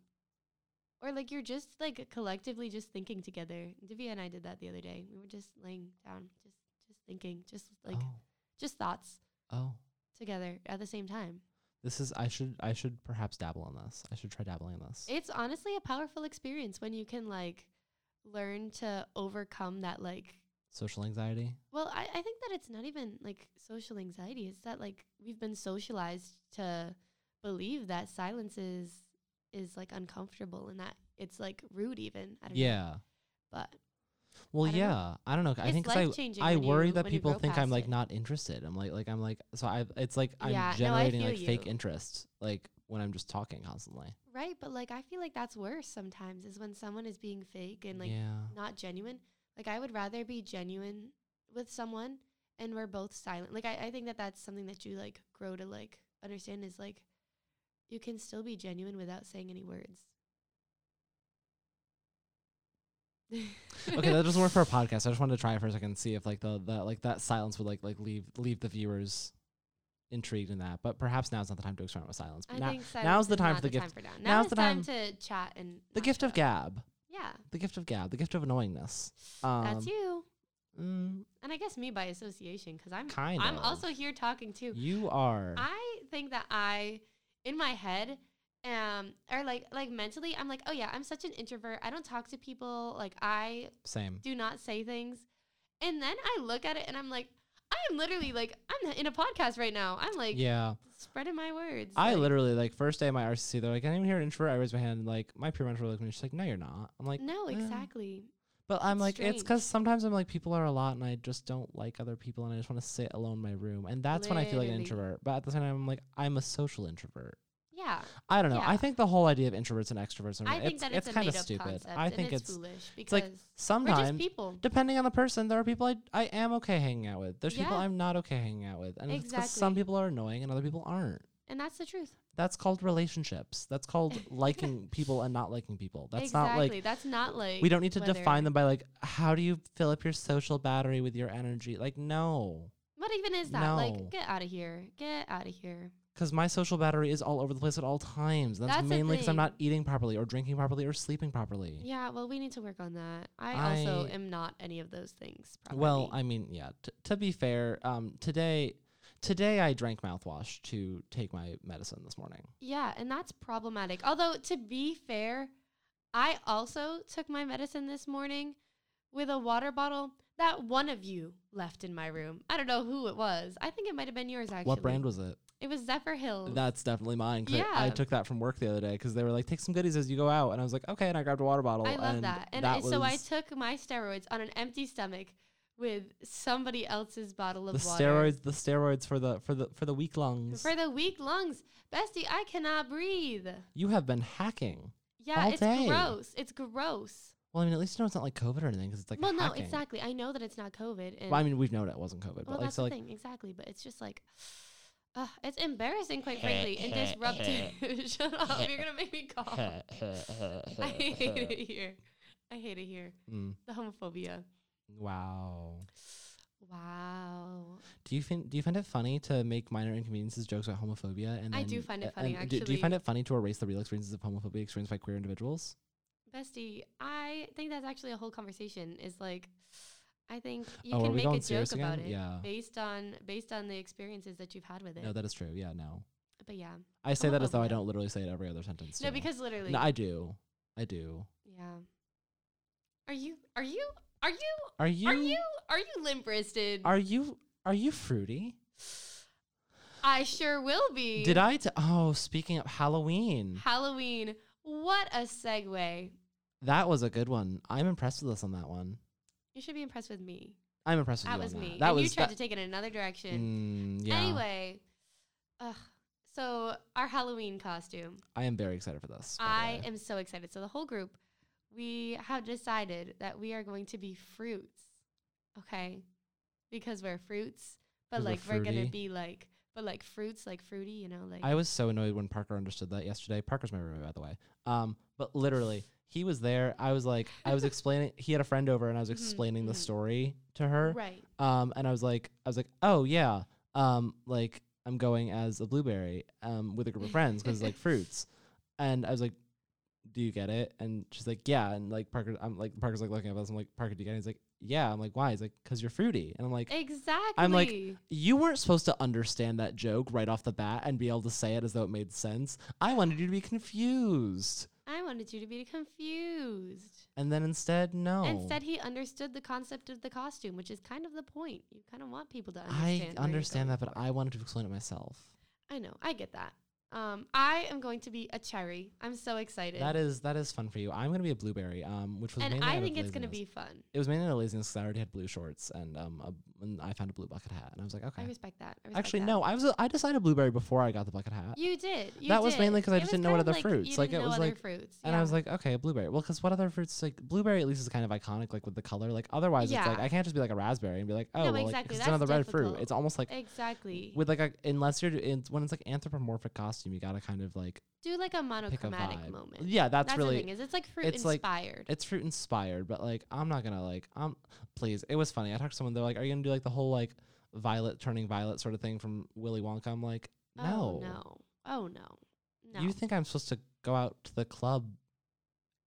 [SPEAKER 2] Or like you're just like collectively just thinking together. Divya and I did that the other day. We were just laying down, just just thinking, just like
[SPEAKER 1] oh,
[SPEAKER 2] just thoughts
[SPEAKER 1] oh,
[SPEAKER 2] together at the same time.
[SPEAKER 1] this is. I should, I should perhaps dabble in this. I should try dabbling in this.
[SPEAKER 2] It's honestly a powerful experience when you can like learn to overcome that like
[SPEAKER 1] Social anxiety.
[SPEAKER 2] well, I, I think that it's not even like social anxiety. It's that like we've been socialized to believe that silence is is like uncomfortable and that it's like rude even. I don't know.
[SPEAKER 1] Yeah.
[SPEAKER 2] But
[SPEAKER 1] Well,
[SPEAKER 2] I don't know.
[SPEAKER 1] yeah. I don't know. I
[SPEAKER 2] It's
[SPEAKER 1] think 'cause I,
[SPEAKER 2] life-changing
[SPEAKER 1] I
[SPEAKER 2] when
[SPEAKER 1] worry
[SPEAKER 2] you-
[SPEAKER 1] that
[SPEAKER 2] when you
[SPEAKER 1] people
[SPEAKER 2] grow
[SPEAKER 1] think I'm
[SPEAKER 2] past
[SPEAKER 1] like
[SPEAKER 2] it.
[SPEAKER 1] not interested. I'm like like I'm like so I it's like I'm
[SPEAKER 2] Yeah, no, I
[SPEAKER 1] generating
[SPEAKER 2] feel
[SPEAKER 1] like fake
[SPEAKER 2] you.
[SPEAKER 1] interest like when I'm just talking constantly.
[SPEAKER 2] right, but like I feel like that's worse sometimes is when someone is being fake and like *laughs*
[SPEAKER 1] yeah.
[SPEAKER 2] not genuine. Like I would rather be genuine with someone and we're both silent. Like I, I think that that's something that you like grow to like understand is like you can still be genuine without saying any words.
[SPEAKER 1] okay, that doesn't work for
[SPEAKER 2] *laughs*
[SPEAKER 1] a podcast. I just wanted to try it for a second and see if like the that like that silence would like like leave leave the viewers intrigued in that. But perhaps now's not the time to experiment with silence. But
[SPEAKER 2] I
[SPEAKER 1] now,
[SPEAKER 2] think silence
[SPEAKER 1] now's
[SPEAKER 2] is
[SPEAKER 1] the time
[SPEAKER 2] not
[SPEAKER 1] for the gift-
[SPEAKER 2] for now. Now
[SPEAKER 1] now's
[SPEAKER 2] is
[SPEAKER 1] the
[SPEAKER 2] time, to chat and
[SPEAKER 1] the
[SPEAKER 2] not
[SPEAKER 1] gift of
[SPEAKER 2] shut up.
[SPEAKER 1] gab,
[SPEAKER 2] Yeah,
[SPEAKER 1] the gift of gab, the gift of annoyingness. Um,
[SPEAKER 2] that's you,
[SPEAKER 1] mm,
[SPEAKER 2] and I guess me by association because I'm
[SPEAKER 1] kind
[SPEAKER 2] I'm
[SPEAKER 1] of.
[SPEAKER 2] also here talking too.
[SPEAKER 1] you are.
[SPEAKER 2] I think that I, in my head, um, or like like mentally, I'm like, oh yeah, I'm such an introvert. I don't talk to people. Like I
[SPEAKER 1] Same.
[SPEAKER 2] do not say things. And then I look at it and I'm like, I am literally like, I'm in a podcast right now. I'm like
[SPEAKER 1] yeah.
[SPEAKER 2] spreading my words.
[SPEAKER 1] I
[SPEAKER 2] like,
[SPEAKER 1] literally like first day of my RCC, they're like, "I'm here an introvert." I raise my hand, like my peer mentor looked at me. She's like, "No, you're not." I'm like,
[SPEAKER 2] No,
[SPEAKER 1] "Eh."
[SPEAKER 2] exactly.
[SPEAKER 1] But I'm
[SPEAKER 2] It's
[SPEAKER 1] like, it's because
[SPEAKER 2] strange.
[SPEAKER 1] sometimes I'm like, people are a lot, and I just don't like other people, and I just want to sit alone in my room, and that's when I feel like an
[SPEAKER 2] Literally.
[SPEAKER 1] introvert. But at the same time, I'm like, I'm a social introvert.
[SPEAKER 2] Yeah,
[SPEAKER 1] I don't know. I
[SPEAKER 2] Yeah.
[SPEAKER 1] think the whole idea of introverts and extroverts, and
[SPEAKER 2] I think
[SPEAKER 1] it's,
[SPEAKER 2] that it's,
[SPEAKER 1] it's
[SPEAKER 2] a
[SPEAKER 1] kind of
[SPEAKER 2] made-up
[SPEAKER 1] stupid.
[SPEAKER 2] concept.
[SPEAKER 1] I think
[SPEAKER 2] and it's,
[SPEAKER 1] it's,
[SPEAKER 2] foolish
[SPEAKER 1] it's
[SPEAKER 2] because
[SPEAKER 1] like
[SPEAKER 2] we're just
[SPEAKER 1] sometimes.
[SPEAKER 2] people.
[SPEAKER 1] Depending on the person, there are people I, I am okay hanging out with. There's people
[SPEAKER 2] Yeah.
[SPEAKER 1] I'm not okay hanging out with. And it's 'cause some
[SPEAKER 2] Exactly.
[SPEAKER 1] people are annoying and other people aren't.
[SPEAKER 2] And that's the truth.
[SPEAKER 1] That's called relationships. That's called
[SPEAKER 2] *laughs*
[SPEAKER 1] liking people and not liking people. That's
[SPEAKER 2] exactly.
[SPEAKER 1] not like
[SPEAKER 2] that's not like
[SPEAKER 1] we don't need to
[SPEAKER 2] whether-
[SPEAKER 1] define them by like how do you fill up your social battery with your energy? Like no.
[SPEAKER 2] What even is that?
[SPEAKER 1] No.
[SPEAKER 2] Like, get out of here. Get out of here.
[SPEAKER 1] Because my social battery is all over the place at all times. and That's,
[SPEAKER 2] That's the
[SPEAKER 1] mainly because I'm not
[SPEAKER 2] thing.
[SPEAKER 1] eating properly or drinking properly or sleeping properly.
[SPEAKER 2] Yeah, well, we need to work on that. I, also
[SPEAKER 1] I-
[SPEAKER 2] am not any of those things. Properly.
[SPEAKER 1] Well, I mean, yeah. T- to be fair, um, today, today I drank mouthwash to take my medicine this morning.
[SPEAKER 2] yeah, and that's problematic. Although to be fair, I also took my medicine this morning with a water bottle that one of you left in my room. I don't know who it was. I think it might have been yours actually.
[SPEAKER 1] What brand was it?
[SPEAKER 2] it? Was Zephyr Hill.
[SPEAKER 1] That's definitely mine. 'cause I, I
[SPEAKER 2] Yeah.
[SPEAKER 1] took that from work the other day because they were like, "Take some goodies as you go out," and I was like, "Okay," and I grabbed a water bottle.
[SPEAKER 2] I love that. And I,
[SPEAKER 1] that
[SPEAKER 2] so I
[SPEAKER 1] was-
[SPEAKER 2] took my steroids on an empty stomach with somebody else's bottle of
[SPEAKER 1] the
[SPEAKER 2] water.
[SPEAKER 1] steroids, the steroids for the for the for the weak lungs.
[SPEAKER 2] For the weak lungs. Bestie, I cannot breathe.
[SPEAKER 1] you have been hacking.
[SPEAKER 2] Yeah,
[SPEAKER 1] All
[SPEAKER 2] it's
[SPEAKER 1] day.
[SPEAKER 2] gross. It's gross.
[SPEAKER 1] Well, I mean, at least you know it's not like COVID or anything because it's like
[SPEAKER 2] well,
[SPEAKER 1] hacking.
[SPEAKER 2] no, exactly. I know that it's not COVID. And
[SPEAKER 1] Well, I mean, we've known it wasn't COVID,
[SPEAKER 2] well,
[SPEAKER 1] but like,
[SPEAKER 2] that's
[SPEAKER 1] so
[SPEAKER 2] the
[SPEAKER 1] like,
[SPEAKER 2] thing. Exactly. But it's just like, uh, it's embarrassing, quite frankly, and disruptive. *laughs* Shut up. You're going to make me
[SPEAKER 1] *laughs*
[SPEAKER 2] cough. *laughs* I *laughs* hate it here. I hate it here.
[SPEAKER 1] mm,
[SPEAKER 2] The homophobia.
[SPEAKER 1] wow.
[SPEAKER 2] Wow.
[SPEAKER 1] Do you find do you find it funny to make minor inconveniences jokes about homophobia? And
[SPEAKER 2] I do
[SPEAKER 1] then-
[SPEAKER 2] find it
[SPEAKER 1] a-
[SPEAKER 2] funny,
[SPEAKER 1] and do, do you find
[SPEAKER 2] actually.
[SPEAKER 1] it funny to erase the real experiences of homophobia experienced by queer individuals?
[SPEAKER 2] Bestie, I think that's actually a whole conversation. Is like, I think you
[SPEAKER 1] Oh, are
[SPEAKER 2] can
[SPEAKER 1] we
[SPEAKER 2] make
[SPEAKER 1] going
[SPEAKER 2] a joke
[SPEAKER 1] serious
[SPEAKER 2] about
[SPEAKER 1] again?
[SPEAKER 2] it
[SPEAKER 1] Yeah.
[SPEAKER 2] based on based on the experiences that you've had with it.
[SPEAKER 1] No, that is true. Yeah, no.
[SPEAKER 2] but yeah,
[SPEAKER 1] I say that as though I
[SPEAKER 2] Homophobia.
[SPEAKER 1] don't literally say it every other sentence.
[SPEAKER 2] Uh-huh. no,
[SPEAKER 1] too.
[SPEAKER 2] because literally,
[SPEAKER 1] no, I do. I do.
[SPEAKER 2] yeah. Are you? Are you? Are you?
[SPEAKER 1] Are you
[SPEAKER 2] Are you? Are you limp wristed?
[SPEAKER 1] are you are you fruity?
[SPEAKER 2] I sure will be.
[SPEAKER 1] Did I? T- oh, speaking of Halloween,
[SPEAKER 2] Halloween. What a segue.
[SPEAKER 1] that was a good one. I'm impressed with us on that one.
[SPEAKER 2] You should be impressed with me.
[SPEAKER 1] I'm impressed with
[SPEAKER 2] That
[SPEAKER 1] you
[SPEAKER 2] was
[SPEAKER 1] on
[SPEAKER 2] me.
[SPEAKER 1] that. That
[SPEAKER 2] and
[SPEAKER 1] was
[SPEAKER 2] you tried
[SPEAKER 1] that-
[SPEAKER 2] to take it in another direction.
[SPEAKER 1] Mm, yeah.
[SPEAKER 2] Anyway, ugh. So our Halloween costume.
[SPEAKER 1] I am very excited for this. by the
[SPEAKER 2] I
[SPEAKER 1] way.
[SPEAKER 2] am so excited. So the whole group, we have decided that we are going to be fruits, okay? Because we're fruits, but
[SPEAKER 1] 'Cause we're
[SPEAKER 2] like we're, gonna
[SPEAKER 1] fruity.
[SPEAKER 2] be like, but like fruits, like fruity, you know, like
[SPEAKER 1] I was so annoyed when Parker understood that yesterday. Parker's my roommate, by the way. Um, but literally, he was there. I was like, I
[SPEAKER 2] *laughs*
[SPEAKER 1] was explaining. He had a friend over, and I was
[SPEAKER 2] Mhm,
[SPEAKER 1] explaining the
[SPEAKER 2] mhm.
[SPEAKER 1] story to her.
[SPEAKER 2] right.
[SPEAKER 1] Um, and I was like, I was like, oh yeah, um, like I'm going as a blueberry, um, with a group of friends because like fruits. And I was like, do you get it? And she's like, yeah. And like Parker, I'm like Parker's like looking at us. I'm like, Parker, do you get it? He's like, yeah. I'm like, why? He's like, because you're fruity. And I'm
[SPEAKER 2] Eh.
[SPEAKER 1] like,
[SPEAKER 2] Exactly.
[SPEAKER 1] like, you weren't supposed to understand that joke right off the bat and be able to say it as though it made sense. I wanted you to be confused.
[SPEAKER 2] I wanted you to be confused.
[SPEAKER 1] And then instead, no.
[SPEAKER 2] Instead, he understood the concept of the costume, which is kind of the point. You kind of want people to understand.
[SPEAKER 1] I
[SPEAKER 2] where you're
[SPEAKER 1] understand
[SPEAKER 2] going
[SPEAKER 1] that, but
[SPEAKER 2] for.
[SPEAKER 1] I wanted to explain it myself.
[SPEAKER 2] I know. I get that. Um, I am going to be a cherry. I'm so excited.
[SPEAKER 1] That is that is fun for you. I'm gonna be a blueberry, um, which was
[SPEAKER 2] and
[SPEAKER 1] mainly out
[SPEAKER 2] I
[SPEAKER 1] of
[SPEAKER 2] think it's going to
[SPEAKER 1] laziness.
[SPEAKER 2] be fun.
[SPEAKER 1] It was mainly out of laziness 'cause I already had blue shorts and um, a, and I found a blue bucket hat, and I was like, okay.
[SPEAKER 2] I respect that. I respect
[SPEAKER 1] Actually,
[SPEAKER 2] that.
[SPEAKER 1] no, I was a, I decided blueberry before I got the bucket hat,
[SPEAKER 2] You did. You
[SPEAKER 1] That was
[SPEAKER 2] did.
[SPEAKER 1] mainly 'cause I
[SPEAKER 2] It
[SPEAKER 1] just
[SPEAKER 2] was
[SPEAKER 1] didn't know
[SPEAKER 2] kind
[SPEAKER 1] what
[SPEAKER 2] of
[SPEAKER 1] other
[SPEAKER 2] like
[SPEAKER 1] fruits,
[SPEAKER 2] You
[SPEAKER 1] like,
[SPEAKER 2] didn't
[SPEAKER 1] it
[SPEAKER 2] know
[SPEAKER 1] was
[SPEAKER 2] other
[SPEAKER 1] like-
[SPEAKER 2] fruits.
[SPEAKER 1] and I was like, okay, blueberry. Well, because what other fruits like blueberry at least is kind of iconic, like with the color. Like otherwise, it's like
[SPEAKER 2] Yeah.
[SPEAKER 1] I can't just be like a raspberry and be like, oh,
[SPEAKER 2] No,
[SPEAKER 1] well, like,
[SPEAKER 2] exactly,
[SPEAKER 1] it's
[SPEAKER 2] that's
[SPEAKER 1] another red fruit.
[SPEAKER 2] difficult.
[SPEAKER 1] It's almost like
[SPEAKER 2] exactly.
[SPEAKER 1] with like a unless you're in, when it's like anthropomorphic costume, you gotta kind of like
[SPEAKER 2] Do like a
[SPEAKER 1] pick a
[SPEAKER 2] monochromatic
[SPEAKER 1] vibe.
[SPEAKER 2] moment.
[SPEAKER 1] Yeah, that's,
[SPEAKER 2] that's
[SPEAKER 1] really
[SPEAKER 2] the thing is it's like fruit
[SPEAKER 1] it's like-
[SPEAKER 2] inspired.
[SPEAKER 1] it's fruit inspired, but like I'm not gonna like um please. It was funny. I talked to someone, they're like, Are you gonna do like the whole like violet turning violet sort of thing from Willy Wonka? I'm like,
[SPEAKER 2] oh
[SPEAKER 1] No.
[SPEAKER 2] no. Oh no. No.
[SPEAKER 1] You think I'm supposed to go out to the club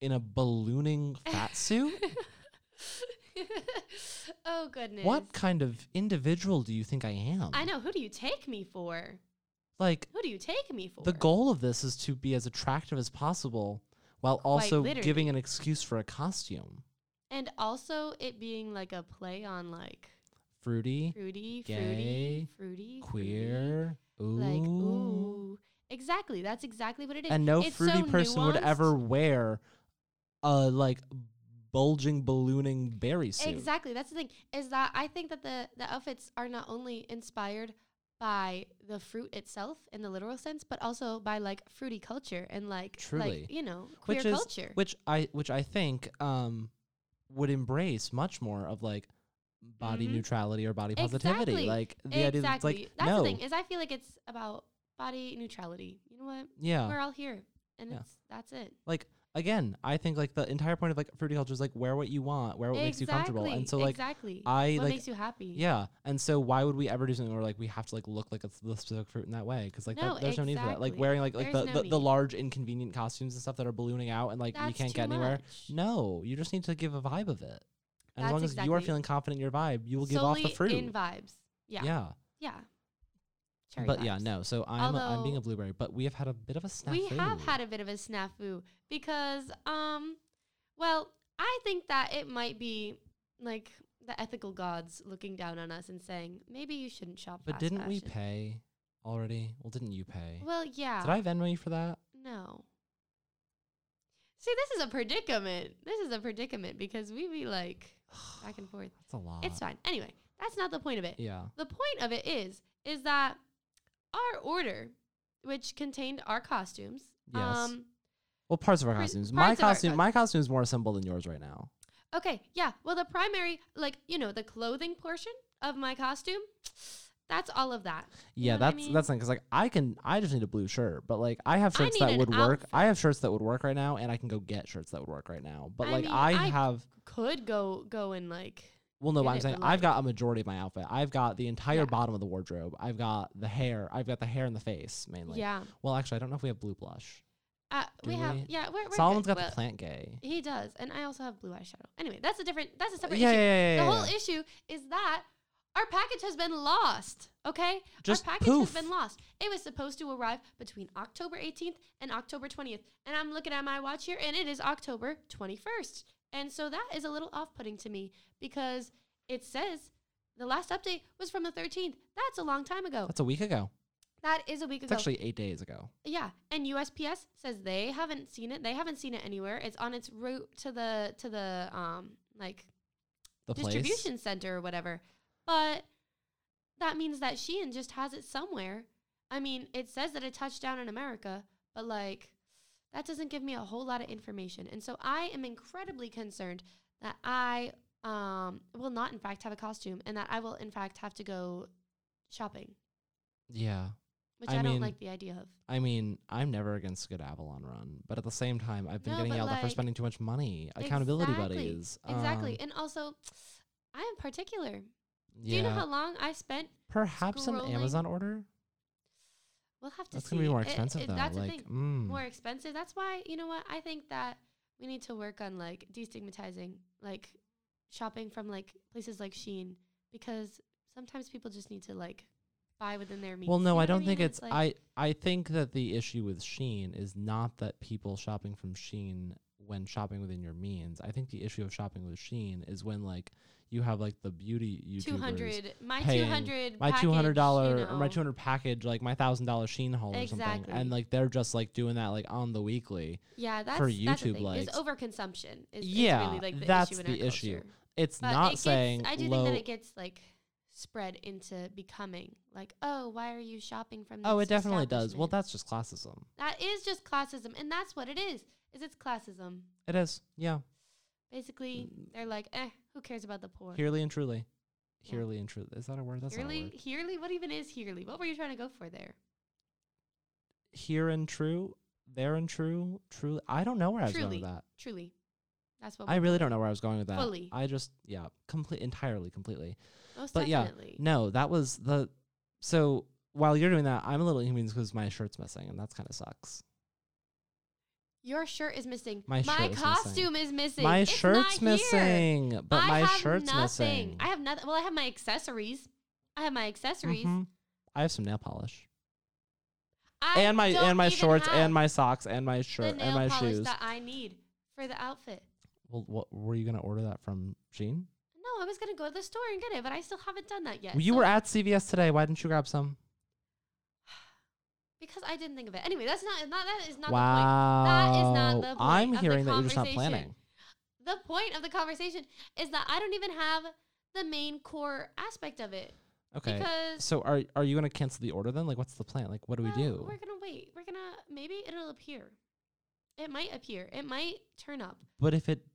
[SPEAKER 1] in a ballooning
[SPEAKER 2] *laughs*
[SPEAKER 1] fat suit?
[SPEAKER 2] oh goodness.
[SPEAKER 1] what kind of individual do you think I am?
[SPEAKER 2] I know. Who do you take me for?
[SPEAKER 1] Like
[SPEAKER 2] Who do you take me for?
[SPEAKER 1] the goal of this is to be as attractive as possible while also giving
[SPEAKER 2] literally.
[SPEAKER 1] an excuse for a costume.
[SPEAKER 2] And also it being like a play on like
[SPEAKER 1] Fruity,
[SPEAKER 2] fruity,
[SPEAKER 1] Gay,
[SPEAKER 2] fruity, fruity, fruity,
[SPEAKER 1] queer,
[SPEAKER 2] Like
[SPEAKER 1] ooh.
[SPEAKER 2] ooh. Exactly. That's exactly what it is.
[SPEAKER 1] and no
[SPEAKER 2] It's
[SPEAKER 1] fruity
[SPEAKER 2] so
[SPEAKER 1] person would
[SPEAKER 2] nuanced.
[SPEAKER 1] ever wear a like bulging ballooning berry suit.
[SPEAKER 2] Exactly. That's the thing is that I think that the the outfits are not only inspired by the fruit itself in the literal sense, but also by like fruity culture and like
[SPEAKER 1] Truly.
[SPEAKER 2] like you know queer
[SPEAKER 1] Which is-
[SPEAKER 2] culture.
[SPEAKER 1] Which I which I think um would embrace much more of like body
[SPEAKER 2] Mhm.
[SPEAKER 1] neutrality or body positivity.
[SPEAKER 2] Exactly.
[SPEAKER 1] Like the idea that it's
[SPEAKER 2] exactly.
[SPEAKER 1] like
[SPEAKER 2] that's
[SPEAKER 1] no.
[SPEAKER 2] the thing is I feel like it's about body neutrality. You know what?
[SPEAKER 1] yeah.
[SPEAKER 2] We're all here, and
[SPEAKER 1] Yeah.
[SPEAKER 2] it's that's it.
[SPEAKER 1] Like again, I think like the entire point of like fruity culture is like wear what you want, wear what makes you comfortable, and so like
[SPEAKER 2] exactly.
[SPEAKER 1] I,
[SPEAKER 2] what
[SPEAKER 1] like-
[SPEAKER 2] makes you happy.
[SPEAKER 1] yeah, and so why would we ever do something where like we have to like look like it's the specific fruit in that way? Because like
[SPEAKER 2] No,
[SPEAKER 1] that, there's no need for that. Like
[SPEAKER 2] exactly.
[SPEAKER 1] wearing like like the,
[SPEAKER 2] There's no
[SPEAKER 1] the, the
[SPEAKER 2] need.
[SPEAKER 1] large inconvenient costumes and stuff that are ballooning out and like
[SPEAKER 2] That's
[SPEAKER 1] you can't
[SPEAKER 2] too
[SPEAKER 1] get anywhere.
[SPEAKER 2] much.
[SPEAKER 1] No, you just need to give a vibe of it. And as
[SPEAKER 2] That's
[SPEAKER 1] long as you are
[SPEAKER 2] exactly-
[SPEAKER 1] feeling confident in your vibe, you will give off
[SPEAKER 2] Solely
[SPEAKER 1] the fruit.
[SPEAKER 2] in vibes. Yeah, yeah.
[SPEAKER 1] yeah.
[SPEAKER 2] Cherry
[SPEAKER 1] but yeah,
[SPEAKER 2] vibes.
[SPEAKER 1] no. So I'm a, I'm being
[SPEAKER 2] Although-
[SPEAKER 1] a blueberry, but we have had a bit of a snafu.
[SPEAKER 2] We have had a bit of a snafu because, um, well, I think that it might be like the ethical gods looking down on us and saying maybe you shouldn't shop.
[SPEAKER 1] But
[SPEAKER 2] fast
[SPEAKER 1] didn't we
[SPEAKER 2] fashion."
[SPEAKER 1] pay already? Well, didn't you pay?
[SPEAKER 2] Well, yeah.
[SPEAKER 1] Did I Venmo you for that?
[SPEAKER 2] No. See, this is a predicament. This is a predicament because we be like back and forth.
[SPEAKER 1] *sighs* That's a lot.
[SPEAKER 2] It's fine. Anyway, that's not the point of it.
[SPEAKER 1] Yeah.
[SPEAKER 2] The point of it is, is that our order, which contained our costumes,
[SPEAKER 1] Yes.
[SPEAKER 2] um,
[SPEAKER 1] Well, parts of our
[SPEAKER 2] Pers-
[SPEAKER 1] costumes. My
[SPEAKER 2] parts of our
[SPEAKER 1] costume, my costume is more assembled than yours right now.
[SPEAKER 2] Okay, yeah. Well, the primary, like, you know, the clothing portion of my costume, that's all of that. You
[SPEAKER 1] Yeah,
[SPEAKER 2] know what I
[SPEAKER 1] that's that's
[SPEAKER 2] mean?
[SPEAKER 1] because like I can, I just need a blue shirt, but like I have
[SPEAKER 2] I
[SPEAKER 1] shirts
[SPEAKER 2] need
[SPEAKER 1] that
[SPEAKER 2] an
[SPEAKER 1] would work.
[SPEAKER 2] outfit.
[SPEAKER 1] I have shirts that would work right now, and I can go get shirts that would work right now. But
[SPEAKER 2] I
[SPEAKER 1] like
[SPEAKER 2] mean,
[SPEAKER 1] I,
[SPEAKER 2] I-
[SPEAKER 1] have,
[SPEAKER 2] Could go go and like
[SPEAKER 1] well, no,
[SPEAKER 2] get
[SPEAKER 1] but I'm
[SPEAKER 2] it,
[SPEAKER 1] saying
[SPEAKER 2] but,
[SPEAKER 1] I've
[SPEAKER 2] like-
[SPEAKER 1] got a majority of my outfit. I've got the entire
[SPEAKER 2] Yeah.
[SPEAKER 1] bottom of the wardrobe. I've got the hair. I've got the hair and the face mainly.
[SPEAKER 2] yeah.
[SPEAKER 1] Well, actually, I don't know if we have blue blush.
[SPEAKER 2] Uh, we
[SPEAKER 1] do
[SPEAKER 2] have
[SPEAKER 1] we?
[SPEAKER 2] yeah. We're, we're
[SPEAKER 1] Solomon's
[SPEAKER 2] good.
[SPEAKER 1] got
[SPEAKER 2] Well,
[SPEAKER 1] the plant gay.
[SPEAKER 2] He does, and I also have blue eyeshadow. Anyway, that's a different. That's a
[SPEAKER 1] Yeah,
[SPEAKER 2] separate
[SPEAKER 1] yeah, yeah,
[SPEAKER 2] issue.
[SPEAKER 1] yeah,
[SPEAKER 2] the
[SPEAKER 1] yeah.
[SPEAKER 2] whole issue is that our package has been lost. Okay,
[SPEAKER 1] Just
[SPEAKER 2] our package
[SPEAKER 1] poof.
[SPEAKER 2] has been lost. It was supposed to arrive between October 18th and October 20th, and I'm looking at my watch here, and it is October 21st, and so that is a little off-putting to me because it says the last update was from the 13th. That's a long time ago.
[SPEAKER 1] That's a week ago.
[SPEAKER 2] That is a week
[SPEAKER 1] It's
[SPEAKER 2] ago.
[SPEAKER 1] actually eight days ago.
[SPEAKER 2] Yeah, and USPS says they haven't seen it. They haven't seen it anywhere. It's on its route to the to the um like
[SPEAKER 1] The place.
[SPEAKER 2] distribution center or whatever. But that means that Shein just has it somewhere. I mean, it says that it touched down in America, but like that doesn't give me a whole lot of information. And so I am incredibly concerned that I um will not in fact have a costume and that I will in fact have to go shopping,
[SPEAKER 1] Yeah.
[SPEAKER 2] which
[SPEAKER 1] I
[SPEAKER 2] I, don't
[SPEAKER 1] mean,
[SPEAKER 2] like the idea of.
[SPEAKER 1] I mean, I'm never against a good Avalon run, but at the same time, I've been
[SPEAKER 2] No,
[SPEAKER 1] getting
[SPEAKER 2] but,
[SPEAKER 1] yelled at for
[SPEAKER 2] like,
[SPEAKER 1] spending too much money. Accountability
[SPEAKER 2] Exactly,
[SPEAKER 1] buddies.
[SPEAKER 2] Exactly.
[SPEAKER 1] Um,
[SPEAKER 2] and also, I am particular.
[SPEAKER 1] yeah.
[SPEAKER 2] Do you know how long I spent?
[SPEAKER 1] Perhaps an
[SPEAKER 2] scrolling-
[SPEAKER 1] Amazon order.
[SPEAKER 2] We'll have to
[SPEAKER 1] That's
[SPEAKER 2] see.
[SPEAKER 1] gonna be more
[SPEAKER 2] It-
[SPEAKER 1] expensive
[SPEAKER 2] it-
[SPEAKER 1] though.
[SPEAKER 2] That's the
[SPEAKER 1] like,
[SPEAKER 2] thing.
[SPEAKER 1] mm,
[SPEAKER 2] More expensive. That's why, you know what? I think that we need to work on like destigmatizing like shopping from like places like Shein because sometimes people just need to like buy within their means.
[SPEAKER 1] well,
[SPEAKER 2] You know
[SPEAKER 1] no, I
[SPEAKER 2] what
[SPEAKER 1] don't think
[SPEAKER 2] mean?
[SPEAKER 1] it's. I I think that the issue with Sheen is not that people shopping from Sheen when shopping within your means. I think the issue of shopping with Sheen is when like you have like the beauty YouTubers.
[SPEAKER 2] two hundred. My
[SPEAKER 1] paying-
[SPEAKER 2] two hundred.
[SPEAKER 1] my two hundred dollar
[SPEAKER 2] You
[SPEAKER 1] or my
[SPEAKER 2] know.
[SPEAKER 1] two hundred package, like my thousand dollar Sheen haul or something,
[SPEAKER 2] Exactly.
[SPEAKER 1] and like they're just like doing that like on the weekly.
[SPEAKER 2] Yeah, that's that's the
[SPEAKER 1] YouTube
[SPEAKER 2] thing,
[SPEAKER 1] likes.
[SPEAKER 2] Is overconsumption. Is,
[SPEAKER 1] Yeah,
[SPEAKER 2] is really, like, the
[SPEAKER 1] that's
[SPEAKER 2] issue in
[SPEAKER 1] the
[SPEAKER 2] our
[SPEAKER 1] issue.
[SPEAKER 2] culture.
[SPEAKER 1] It's
[SPEAKER 2] But it
[SPEAKER 1] not
[SPEAKER 2] gets,
[SPEAKER 1] saying
[SPEAKER 2] I do
[SPEAKER 1] low.
[SPEAKER 2] think that it gets like spread into becoming like, oh, why are you shopping from?
[SPEAKER 1] oh, it
[SPEAKER 2] this
[SPEAKER 1] definitely does. Well,
[SPEAKER 2] establishment?"
[SPEAKER 1] that's just classism.
[SPEAKER 2] that is just classism, and that's what it is. Is it's classism?
[SPEAKER 1] It is, yeah,
[SPEAKER 2] Basically,
[SPEAKER 1] Mm.
[SPEAKER 2] they're like, eh, who cares about the poor?
[SPEAKER 1] Hearly and truly.
[SPEAKER 2] Yeah.
[SPEAKER 1] Hearly and truly. Is that a word? That's not a
[SPEAKER 2] Hearly,
[SPEAKER 1] word.
[SPEAKER 2] Hearly, what even is Hearly? What were you trying to go for there?
[SPEAKER 1] Here and true, there and true, truly. I don't know where I was going
[SPEAKER 2] Truly.
[SPEAKER 1] with that.
[SPEAKER 2] Truly, that's what.
[SPEAKER 1] I
[SPEAKER 2] we-
[SPEAKER 1] really don't know where I was going with that.
[SPEAKER 2] Fully.
[SPEAKER 1] I just, yeah, complete, entirely, completely.
[SPEAKER 2] most
[SPEAKER 1] but yeah,
[SPEAKER 2] definitely.
[SPEAKER 1] No, that was the. So while you're doing that, I'm a little inconvenienced because my shirt's missing, and that's kind of sucks.
[SPEAKER 2] Your shirt is missing.
[SPEAKER 1] My shirt is missing.
[SPEAKER 2] costume is missing.
[SPEAKER 1] My
[SPEAKER 2] It's
[SPEAKER 1] shirt's
[SPEAKER 2] not here.
[SPEAKER 1] missing, but
[SPEAKER 2] I
[SPEAKER 1] my
[SPEAKER 2] have
[SPEAKER 1] shirt's
[SPEAKER 2] nothing.
[SPEAKER 1] missing.
[SPEAKER 2] I have nothing. Well, I have my accessories. I have my accessories.
[SPEAKER 1] Mhm. I have some nail polish
[SPEAKER 2] I
[SPEAKER 1] and my
[SPEAKER 2] don't
[SPEAKER 1] and my
[SPEAKER 2] even
[SPEAKER 1] shorts
[SPEAKER 2] have
[SPEAKER 1] and my socks and my shirt
[SPEAKER 2] the
[SPEAKER 1] and
[SPEAKER 2] nail
[SPEAKER 1] my
[SPEAKER 2] polish
[SPEAKER 1] shoes.
[SPEAKER 2] that I need for the outfit.
[SPEAKER 1] Well, what were you gonna order that from Jean?
[SPEAKER 2] No, I was gonna go to the store and get it, but I still haven't done that yet.
[SPEAKER 1] Well, you
[SPEAKER 2] so-
[SPEAKER 1] were at CVS today. Why didn't you grab some?
[SPEAKER 2] because I didn't think of it. Anyway, that's not not that is not
[SPEAKER 1] wow,
[SPEAKER 2] not the point
[SPEAKER 1] I'm
[SPEAKER 2] of the
[SPEAKER 1] hearing that you're just not
[SPEAKER 2] conversation.
[SPEAKER 1] planning.
[SPEAKER 2] the point. The point of the conversation is that I don't even have the main core aspect of it
[SPEAKER 1] Okay.
[SPEAKER 2] because
[SPEAKER 1] So are are you gonna cancel the order then? Like, what's the plan? Like, what do we
[SPEAKER 2] well,
[SPEAKER 1] do?
[SPEAKER 2] We're gonna wait. We're gonna maybe it'll appear. It might appear. It might turn up.
[SPEAKER 1] But if it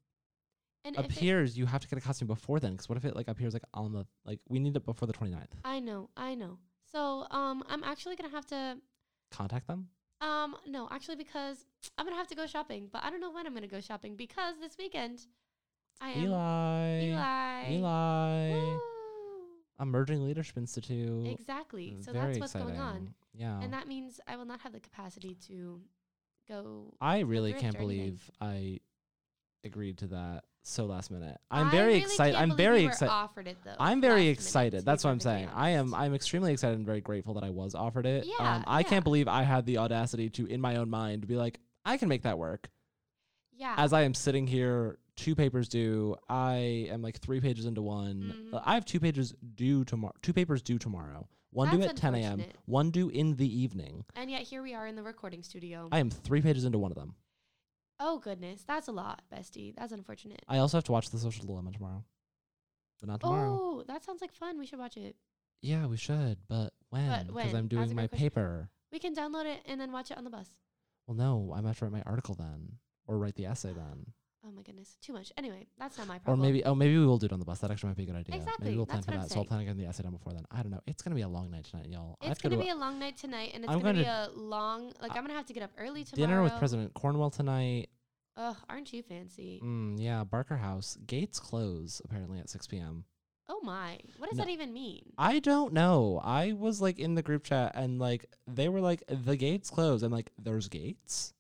[SPEAKER 2] And if it-
[SPEAKER 1] appears you have to get a costume before then because what if it like appears like on the like we need it before the 29th
[SPEAKER 2] I know. I know. So um, I'm actually gonna have to
[SPEAKER 1] contact them
[SPEAKER 2] Um, no, actually, because I'm gonna have to go shopping, but I don't know when I'm gonna go shopping because this weekend I am
[SPEAKER 1] Eli.
[SPEAKER 2] Eli.
[SPEAKER 1] Eli.
[SPEAKER 2] Woo.
[SPEAKER 1] Emerging Leadership Institute.
[SPEAKER 2] Exactly. So
[SPEAKER 1] Mm, Very
[SPEAKER 2] that's what's going on,
[SPEAKER 1] exciting. Yeah.
[SPEAKER 2] and that means I will not have the capacity to go.
[SPEAKER 1] I really
[SPEAKER 2] thrift
[SPEAKER 1] can't
[SPEAKER 2] or anything.
[SPEAKER 1] believe I agreed to that so last minute. I'm
[SPEAKER 2] I
[SPEAKER 1] very
[SPEAKER 2] really
[SPEAKER 1] excited.
[SPEAKER 2] can't
[SPEAKER 1] I'm
[SPEAKER 2] believe
[SPEAKER 1] very
[SPEAKER 2] we were
[SPEAKER 1] excited.
[SPEAKER 2] Offered it though.
[SPEAKER 1] I'm
[SPEAKER 2] last
[SPEAKER 1] very
[SPEAKER 2] minute, to
[SPEAKER 1] excited.
[SPEAKER 2] be
[SPEAKER 1] That's what I'm
[SPEAKER 2] perfectly
[SPEAKER 1] saying. I am.
[SPEAKER 2] honest.
[SPEAKER 1] I'm extremely excited and very grateful that I was offered it.
[SPEAKER 2] Yeah,
[SPEAKER 1] um, I
[SPEAKER 2] yeah.
[SPEAKER 1] can't believe I had the audacity to, in my own mind, be like, I can make that work.
[SPEAKER 2] Yeah.
[SPEAKER 1] As I am sitting here, two papers due. I am like three pages into one.
[SPEAKER 2] Mhm.
[SPEAKER 1] I have two pages due tomorrow. Two papers due tomorrow. One due
[SPEAKER 2] That's
[SPEAKER 1] at 10 a.m.
[SPEAKER 2] unfortunate.
[SPEAKER 1] One due in the evening.
[SPEAKER 2] and yet here we are in the recording studio.
[SPEAKER 1] I am three pages into one of them.
[SPEAKER 2] oh goodness, that's a lot, bestie. That's unfortunate.
[SPEAKER 1] I also have to watch The Social Dilemma tomorrow. But not tomorrow.
[SPEAKER 2] Oh, that sounds like fun. We should watch it.
[SPEAKER 1] Yeah, we should, but when? Because
[SPEAKER 2] when?
[SPEAKER 1] I'm
[SPEAKER 2] That's a
[SPEAKER 1] doing my
[SPEAKER 2] great question.
[SPEAKER 1] paper.
[SPEAKER 2] We can download it and then watch it on the bus.
[SPEAKER 1] Well, no, I'm have to write my article then, or write the essay then,
[SPEAKER 2] Oh my goodness, too much. Anyway, that's not my
[SPEAKER 1] or
[SPEAKER 2] problem.
[SPEAKER 1] maybe oh maybe we will do it on the bus. That actually might be a good idea.
[SPEAKER 2] Exactly,
[SPEAKER 1] Maybe we'll plan
[SPEAKER 2] that's
[SPEAKER 1] for
[SPEAKER 2] what I'm
[SPEAKER 1] that. So I'll
[SPEAKER 2] saying.
[SPEAKER 1] plan on getting the essay done before then. I don't know. It's gonna be a long night tonight, y'all. I have
[SPEAKER 2] it's
[SPEAKER 1] to go
[SPEAKER 2] gonna
[SPEAKER 1] to
[SPEAKER 2] be a long night tonight, and it's
[SPEAKER 1] I'm
[SPEAKER 2] gonna be a long. Like I'm gonna have to get up early
[SPEAKER 1] a
[SPEAKER 2] tomorrow.
[SPEAKER 1] dinner with President Cornwell tonight.
[SPEAKER 2] Ugh, aren't you fancy?
[SPEAKER 1] Mm, yeah, Barker House gates close apparently at 6 p.m.
[SPEAKER 2] Oh my, what does
[SPEAKER 1] No.
[SPEAKER 2] that even mean?
[SPEAKER 1] I don't know. I was like in the group chat and like they were like the gates close. I'm like there's gates.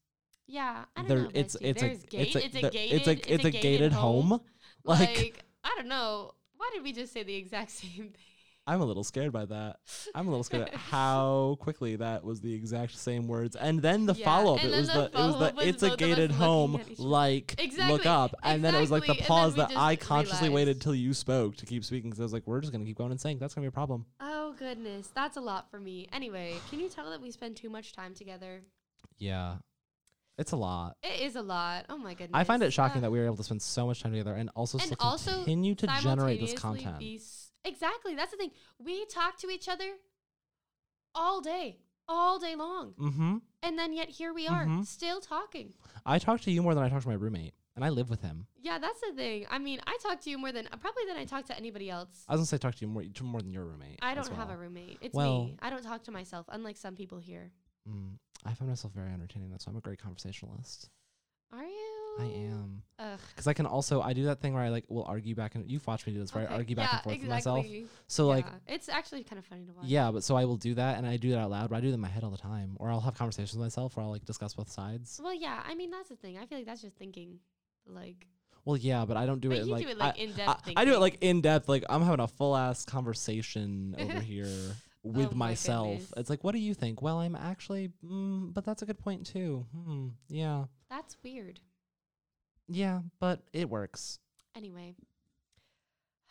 [SPEAKER 2] Yeah, I don't
[SPEAKER 1] There-
[SPEAKER 2] know.
[SPEAKER 1] it's-
[SPEAKER 2] bestie.
[SPEAKER 1] it's a-
[SPEAKER 2] There's
[SPEAKER 1] it's
[SPEAKER 2] gate.
[SPEAKER 1] a-
[SPEAKER 2] It's
[SPEAKER 1] there-
[SPEAKER 2] a
[SPEAKER 1] it's a-
[SPEAKER 2] gated.
[SPEAKER 1] it's a gated home. *laughs* Like,
[SPEAKER 2] I don't know. Why did we just say the exact *laughs* same
[SPEAKER 1] I'm a little scared by that.
[SPEAKER 2] thing?
[SPEAKER 1] I'm a little
[SPEAKER 2] *laughs*
[SPEAKER 1] scared at how quickly that was the exact same words. And then the
[SPEAKER 2] Yeah,
[SPEAKER 1] follow up, it
[SPEAKER 2] and
[SPEAKER 1] was
[SPEAKER 2] then
[SPEAKER 1] the,
[SPEAKER 2] the
[SPEAKER 1] it was the
[SPEAKER 2] follow-up was
[SPEAKER 1] it's a
[SPEAKER 2] both of us
[SPEAKER 1] gated
[SPEAKER 2] looking
[SPEAKER 1] home
[SPEAKER 2] at each other.
[SPEAKER 1] like look
[SPEAKER 2] Exactly,
[SPEAKER 1] up, and then it was like the
[SPEAKER 2] exactly, and then
[SPEAKER 1] pause
[SPEAKER 2] we
[SPEAKER 1] that
[SPEAKER 2] just
[SPEAKER 1] I consciously
[SPEAKER 2] realized.
[SPEAKER 1] waited till you spoke to keep speaking because I was like, we're just gonna keep going and saying that's gonna be a problem.
[SPEAKER 2] Oh goodness, that's a lot for me. Anyway, can you tell that we spend too much time together?
[SPEAKER 1] Yeah, it's a lot.
[SPEAKER 2] It is a lot. Oh my goodness.
[SPEAKER 1] I find it shocking
[SPEAKER 2] Ugh.
[SPEAKER 1] that we were able to spend so much time together and also
[SPEAKER 2] And
[SPEAKER 1] still
[SPEAKER 2] also
[SPEAKER 1] continue to generate this
[SPEAKER 2] simultaneously
[SPEAKER 1] content.
[SPEAKER 2] be s- exactly. That's the thing. We talk to each other all day, all day long.
[SPEAKER 1] Mm-hmm.
[SPEAKER 2] And then yet here we are,
[SPEAKER 1] Mhm.
[SPEAKER 2] still talking.
[SPEAKER 1] I talked to you more than I talked to my roommate, and I live with him.
[SPEAKER 2] Yeah, that's the thing. I mean, I talk to you more than probably than I talk to anybody else.
[SPEAKER 1] I was gonna say talk to you more to more than your roommate.
[SPEAKER 2] I
[SPEAKER 1] as
[SPEAKER 2] don't have
[SPEAKER 1] well.
[SPEAKER 2] a roommate. It's
[SPEAKER 1] Well-
[SPEAKER 2] me. I don't talk to myself, unlike some people here.
[SPEAKER 1] Mm, I find myself very entertaining. That's why I'm a great conversationalist.
[SPEAKER 2] Are you?
[SPEAKER 1] I am.
[SPEAKER 2] Oh, Ugh.
[SPEAKER 1] because I can also I do that thing where I like will argue back and you've watched me do this where
[SPEAKER 2] Okay.
[SPEAKER 1] I argue back
[SPEAKER 2] Yeah,
[SPEAKER 1] and forth with myself.
[SPEAKER 2] exactly.
[SPEAKER 1] So like
[SPEAKER 2] Yeah. it's actually kind of funny to watch.
[SPEAKER 1] yeah, but so I will do that and I do that out loud, but I do that in my head all the time, or I'll have conversations with myself, or I'll like discuss both sides.
[SPEAKER 2] Well, yeah. I mean, that's the thing. I feel like that's just thinking, like.
[SPEAKER 1] Well, yeah, but I don't do
[SPEAKER 2] But
[SPEAKER 1] it in,
[SPEAKER 2] you
[SPEAKER 1] like,
[SPEAKER 2] do it, like,
[SPEAKER 1] I-
[SPEAKER 2] in-depth
[SPEAKER 1] I, I do it
[SPEAKER 2] thinking.
[SPEAKER 1] like in depth. Like I'm having a full ass conversation
[SPEAKER 2] *laughs*
[SPEAKER 1] over here with
[SPEAKER 2] Oh my
[SPEAKER 1] myself.
[SPEAKER 2] goodness.
[SPEAKER 1] It's like, what do you think? Well, I'm actually, mm, but that's a good point too. Hmm. Yeah.
[SPEAKER 2] That's weird.
[SPEAKER 1] Yeah, but it works.
[SPEAKER 2] Anyway,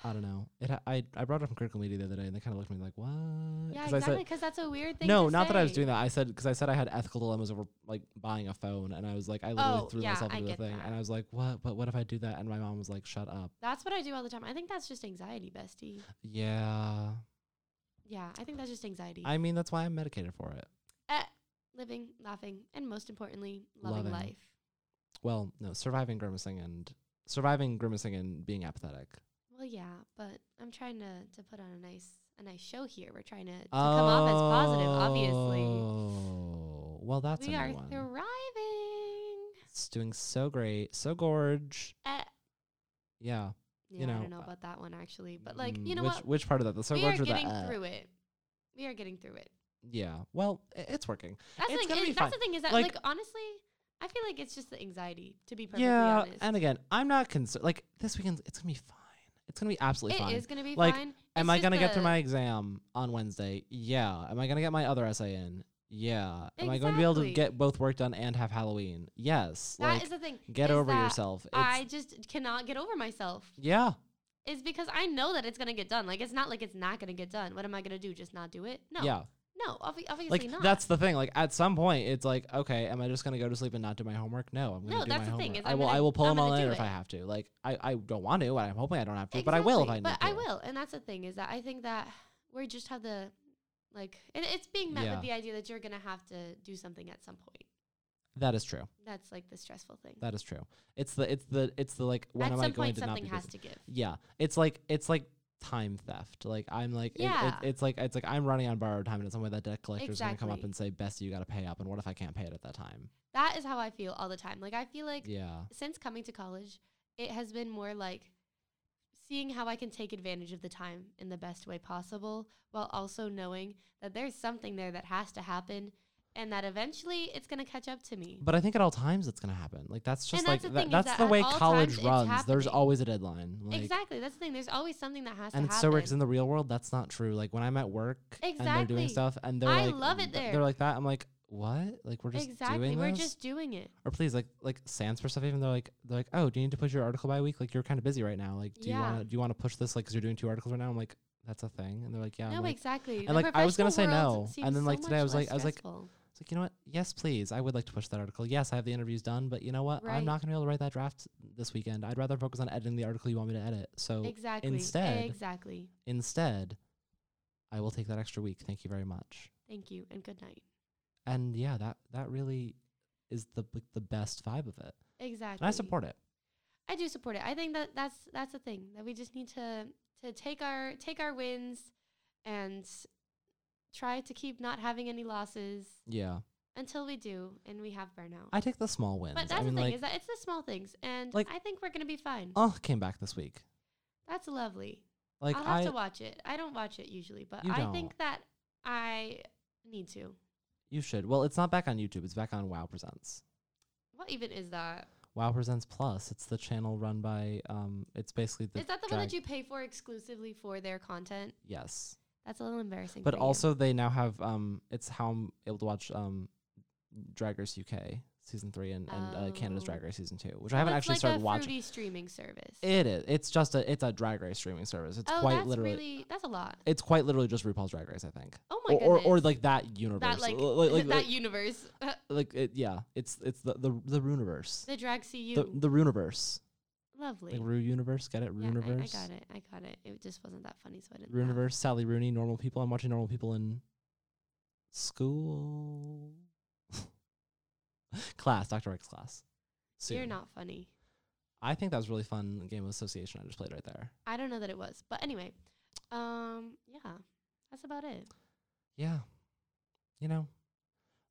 [SPEAKER 1] I don't know. It. ha- I I brought it up in critical media the other day, and they kind of looked at me like, what?
[SPEAKER 2] yeah,
[SPEAKER 1] Uh, 'Cause I said-
[SPEAKER 2] exactly, because that's a weird thing.
[SPEAKER 1] No,
[SPEAKER 2] to
[SPEAKER 1] not that I was
[SPEAKER 2] say.
[SPEAKER 1] doing that. I said because I said I had ethical dilemmas over like buying a phone, and I was like, I literally
[SPEAKER 2] Oh,
[SPEAKER 1] threw
[SPEAKER 2] yeah,
[SPEAKER 1] myself
[SPEAKER 2] I
[SPEAKER 1] into the
[SPEAKER 2] get
[SPEAKER 1] thing,
[SPEAKER 2] that.
[SPEAKER 1] and I was like, what? But what if I do that? And my mom was like, shut up.
[SPEAKER 2] That's what I do all the time. I think that's just anxiety, bestie.
[SPEAKER 1] Yeah,
[SPEAKER 2] Yeah, I think that's just anxiety.
[SPEAKER 1] I mean that's why I'm medicated for it.
[SPEAKER 2] Living, laughing, and most importantly, loving,
[SPEAKER 1] Loving.
[SPEAKER 2] life.
[SPEAKER 1] Well, no, surviving grimacing and surviving grimacing and being apathetic.
[SPEAKER 2] Well, yeah, but I'm trying to to put on a nice a nice show here. We're trying to, to come off as positive, obviously.
[SPEAKER 1] Oh, well, that's
[SPEAKER 2] we
[SPEAKER 1] a
[SPEAKER 2] are
[SPEAKER 1] new one.
[SPEAKER 2] thriving.
[SPEAKER 1] it's doing so great, so gorge.
[SPEAKER 2] Eh.
[SPEAKER 1] Yeah,
[SPEAKER 2] Yeah,
[SPEAKER 1] You
[SPEAKER 2] I
[SPEAKER 1] know,
[SPEAKER 2] don't know
[SPEAKER 1] uh,
[SPEAKER 2] about that one actually, but like
[SPEAKER 1] Mm,
[SPEAKER 2] you know
[SPEAKER 1] which,
[SPEAKER 2] what,
[SPEAKER 1] Which part of that? The so
[SPEAKER 2] we are
[SPEAKER 1] gorge or the
[SPEAKER 2] getting
[SPEAKER 1] eh?
[SPEAKER 2] through it. We are getting through it.
[SPEAKER 1] Yeah. Well, i- it's working.
[SPEAKER 2] That's
[SPEAKER 1] It's
[SPEAKER 2] the
[SPEAKER 1] gonna
[SPEAKER 2] thing.
[SPEAKER 1] be
[SPEAKER 2] Is, that's
[SPEAKER 1] fine.
[SPEAKER 2] the thing is that
[SPEAKER 1] Like-
[SPEAKER 2] like, honestly, I feel like it's just the anxiety. To be perfectly
[SPEAKER 1] yeah,
[SPEAKER 2] honest,
[SPEAKER 1] and again, I'm not concerned. Like this weekend, it's gonna be fine. It's gonna be absolutely
[SPEAKER 2] It
[SPEAKER 1] fine.
[SPEAKER 2] is gonna be
[SPEAKER 1] Like,
[SPEAKER 2] fine.
[SPEAKER 1] Am
[SPEAKER 2] It's
[SPEAKER 1] I
[SPEAKER 2] just
[SPEAKER 1] gonna get through
[SPEAKER 2] the-
[SPEAKER 1] my exam on Wednesday? Yeah. Am I gonna get my other essay in? Yeah. Am I going to be able to
[SPEAKER 2] Exactly.
[SPEAKER 1] get both work done and have Halloween? Yes.
[SPEAKER 2] That is
[SPEAKER 1] like,
[SPEAKER 2] the thing.
[SPEAKER 1] get
[SPEAKER 2] is
[SPEAKER 1] over
[SPEAKER 2] that
[SPEAKER 1] yourself. It's,
[SPEAKER 2] I just cannot get over myself.
[SPEAKER 1] yeah.
[SPEAKER 2] It's because I know that it's gonna get done. Like it's not like it's not gonna get done. What am I gonna do? Just not do it? No.
[SPEAKER 1] Yeah.
[SPEAKER 2] No. obvi- obviously
[SPEAKER 1] Like
[SPEAKER 2] not.
[SPEAKER 1] that's the thing. Like at some point, it's like, okay, am I just gonna go to sleep and not do my homework? No, I'm gonna
[SPEAKER 2] No,
[SPEAKER 1] do
[SPEAKER 2] that's
[SPEAKER 1] my
[SPEAKER 2] the
[SPEAKER 1] homework.
[SPEAKER 2] thing, is
[SPEAKER 1] I
[SPEAKER 2] I'm
[SPEAKER 1] will. I
[SPEAKER 2] gonna-
[SPEAKER 1] will pull
[SPEAKER 2] I'm
[SPEAKER 1] them all
[SPEAKER 2] gonna
[SPEAKER 1] in
[SPEAKER 2] do
[SPEAKER 1] if I
[SPEAKER 2] it.
[SPEAKER 1] have to. Like I, I don't want to. and I'm hoping I don't have to, but I will if I need
[SPEAKER 2] Exactly,
[SPEAKER 1] to.
[SPEAKER 2] But I will, and that's the thing is that I think that we just have the like, and it's being met
[SPEAKER 1] Yeah.
[SPEAKER 2] with the idea that you're gonna have to do something at some point.
[SPEAKER 1] That is true.
[SPEAKER 2] That's like the stressful thing.
[SPEAKER 1] That is true. It's the it's the it's the like when
[SPEAKER 2] at
[SPEAKER 1] am
[SPEAKER 2] some
[SPEAKER 1] I going
[SPEAKER 2] point,
[SPEAKER 1] to not
[SPEAKER 2] something
[SPEAKER 1] be
[SPEAKER 2] has
[SPEAKER 1] busy?
[SPEAKER 2] to give.
[SPEAKER 1] Yeah, it's like it's like time theft. Like I'm like it-
[SPEAKER 2] Yeah.
[SPEAKER 1] it, it's like it's like I'm running on borrowed time, and at some point that debt collector's gonna come up
[SPEAKER 2] Exactly.
[SPEAKER 1] and say, "Bessie, you got to pay up." And what if I can't pay it at that time?
[SPEAKER 2] That is how I feel all the time. Like I feel like
[SPEAKER 1] yeah,
[SPEAKER 2] since coming to college, it has been more like seeing how I can take advantage of the time in the best way possible while also knowing that there's something there that has to happen and that eventually it's going to catch up to me.
[SPEAKER 1] but I think at all times it's gonna happen. Like that's just
[SPEAKER 2] And
[SPEAKER 1] like
[SPEAKER 2] that's
[SPEAKER 1] that's,
[SPEAKER 2] the thing is
[SPEAKER 1] that's
[SPEAKER 2] that
[SPEAKER 1] the
[SPEAKER 2] at
[SPEAKER 1] way
[SPEAKER 2] all
[SPEAKER 1] college
[SPEAKER 2] times it's
[SPEAKER 1] runs. There's
[SPEAKER 2] happening.
[SPEAKER 1] always a deadline. Like,
[SPEAKER 2] exactly. That's the thing. There's always something that has
[SPEAKER 1] And
[SPEAKER 2] to
[SPEAKER 1] it so
[SPEAKER 2] happen.
[SPEAKER 1] works in the real world. That's not true. Like when I'm at work and they're doing
[SPEAKER 2] Exactly.
[SPEAKER 1] stuff, and they're
[SPEAKER 2] I
[SPEAKER 1] like,
[SPEAKER 2] love it
[SPEAKER 1] th- They're
[SPEAKER 2] there.
[SPEAKER 1] like that. I'm like, what? Like we're just
[SPEAKER 2] exactly.
[SPEAKER 1] doing
[SPEAKER 2] We're
[SPEAKER 1] this?
[SPEAKER 2] just doing it.
[SPEAKER 1] or please like like sans for stuff even they're like they're like oh do you need to push your article by week like you're kind of busy right now like do you
[SPEAKER 2] Yeah.
[SPEAKER 1] want to do you want to push this like because you're doing two articles right now i'm like that's a thing and they're like yeah I'm
[SPEAKER 2] no,
[SPEAKER 1] like,
[SPEAKER 2] exactly.
[SPEAKER 1] and, like, I was gonna say no, and then, like, today I was like- I was like,
[SPEAKER 2] like,
[SPEAKER 1] it's like you know what yes please i would like to push that article yes i have the interviews done but you know what i'm
[SPEAKER 2] Right.
[SPEAKER 1] not gonna be able to write that draft this weekend i'd rather focus on editing the article you want me to edit so
[SPEAKER 2] exactly.
[SPEAKER 1] oh, instead-
[SPEAKER 2] exactly.
[SPEAKER 1] instead i will take that extra week thank you very much
[SPEAKER 2] Thank you and good night.
[SPEAKER 1] and yeah that that really is the like, the best vibe of it
[SPEAKER 2] Exactly.
[SPEAKER 1] and i support it
[SPEAKER 2] I do support it. I think that that's that's the thing that we just need to to take our take our wins and try to keep not having any losses
[SPEAKER 1] yeah
[SPEAKER 2] until we do and we have burnout.
[SPEAKER 1] i take the small wins
[SPEAKER 2] but that's
[SPEAKER 1] i mean
[SPEAKER 2] the thing
[SPEAKER 1] like
[SPEAKER 2] is that it's the small things, and
[SPEAKER 1] like-
[SPEAKER 2] I think we're gonna be fine.
[SPEAKER 1] oh came back this week
[SPEAKER 2] that's lovely.
[SPEAKER 1] like
[SPEAKER 2] I'll have
[SPEAKER 1] i
[SPEAKER 2] to watch it. I don't watch it usually, but
[SPEAKER 1] You
[SPEAKER 2] I
[SPEAKER 1] don't.
[SPEAKER 2] think that I need to.
[SPEAKER 1] You should. Well, it's not back on YouTube. It's back on Wow Presents.
[SPEAKER 2] What even is that?
[SPEAKER 1] Wow Presents Plus. It's the channel run by. Um, it's basically the.
[SPEAKER 2] Is that the one
[SPEAKER 1] drag-
[SPEAKER 2] that you pay for exclusively for their content?
[SPEAKER 1] Yes,
[SPEAKER 2] That's a little embarrassing.
[SPEAKER 1] but
[SPEAKER 2] for you.
[SPEAKER 1] also they now have. Um, it's how I'm able to watch. Um, Drag Race UK season three and, and uh, Canada's
[SPEAKER 2] Oh.
[SPEAKER 1] Drag Race season two, which
[SPEAKER 2] So
[SPEAKER 1] I haven't
[SPEAKER 2] it's
[SPEAKER 1] actually
[SPEAKER 2] like
[SPEAKER 1] started
[SPEAKER 2] a
[SPEAKER 1] watching.
[SPEAKER 2] Fruity streaming service.
[SPEAKER 1] It is. It's just a. It's a Drag Race streaming service. It's
[SPEAKER 2] oh,
[SPEAKER 1] quite
[SPEAKER 2] that's
[SPEAKER 1] literally.
[SPEAKER 2] really that's a lot.
[SPEAKER 1] it's quite literally just RuPaul's Drag Race, I think,
[SPEAKER 2] Oh my
[SPEAKER 1] or, or
[SPEAKER 2] goodness.
[SPEAKER 1] or like that universe,
[SPEAKER 2] that like, *laughs*
[SPEAKER 1] Li- like like,
[SPEAKER 2] that
[SPEAKER 1] like,
[SPEAKER 2] universe, *laughs*
[SPEAKER 1] like, it, yeah, it's it's the the the Runiverse,
[SPEAKER 2] the drag CU.
[SPEAKER 1] the the Runiverse,
[SPEAKER 2] Lovely.
[SPEAKER 1] like Ru Universe. Get it,
[SPEAKER 2] Yeah,
[SPEAKER 1] Runiverse.
[SPEAKER 2] I, I got it. I got it. It just wasn't that funny, so I didn't. laugh.
[SPEAKER 1] Rooniverse, Sally Rooney, normal people. I'm watching normal people in school. *laughs* class, Dr. X class.
[SPEAKER 2] You're
[SPEAKER 1] Soon.
[SPEAKER 2] not funny.
[SPEAKER 1] I think that was a really fun game of association I just played right there.
[SPEAKER 2] I don't know that it was, but anyway, um, yeah, that's about it.
[SPEAKER 1] Yeah. You know,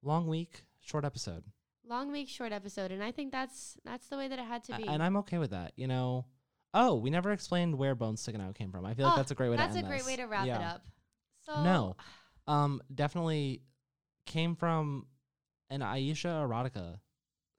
[SPEAKER 1] long week, short episode.
[SPEAKER 2] Long week, short episode, and I think that's that's the way that it had to
[SPEAKER 1] A-
[SPEAKER 2] be.
[SPEAKER 1] and I'm okay with that. You know, oh, we never explained where Bones Sticking Out came from. I feel like
[SPEAKER 2] Oh,
[SPEAKER 1] that's a great way
[SPEAKER 2] that's
[SPEAKER 1] to
[SPEAKER 2] a
[SPEAKER 1] end
[SPEAKER 2] great
[SPEAKER 1] this.
[SPEAKER 2] way to wrap
[SPEAKER 1] Yeah.
[SPEAKER 2] it up. So
[SPEAKER 1] No. Um, definitely came from an Aisha Erotica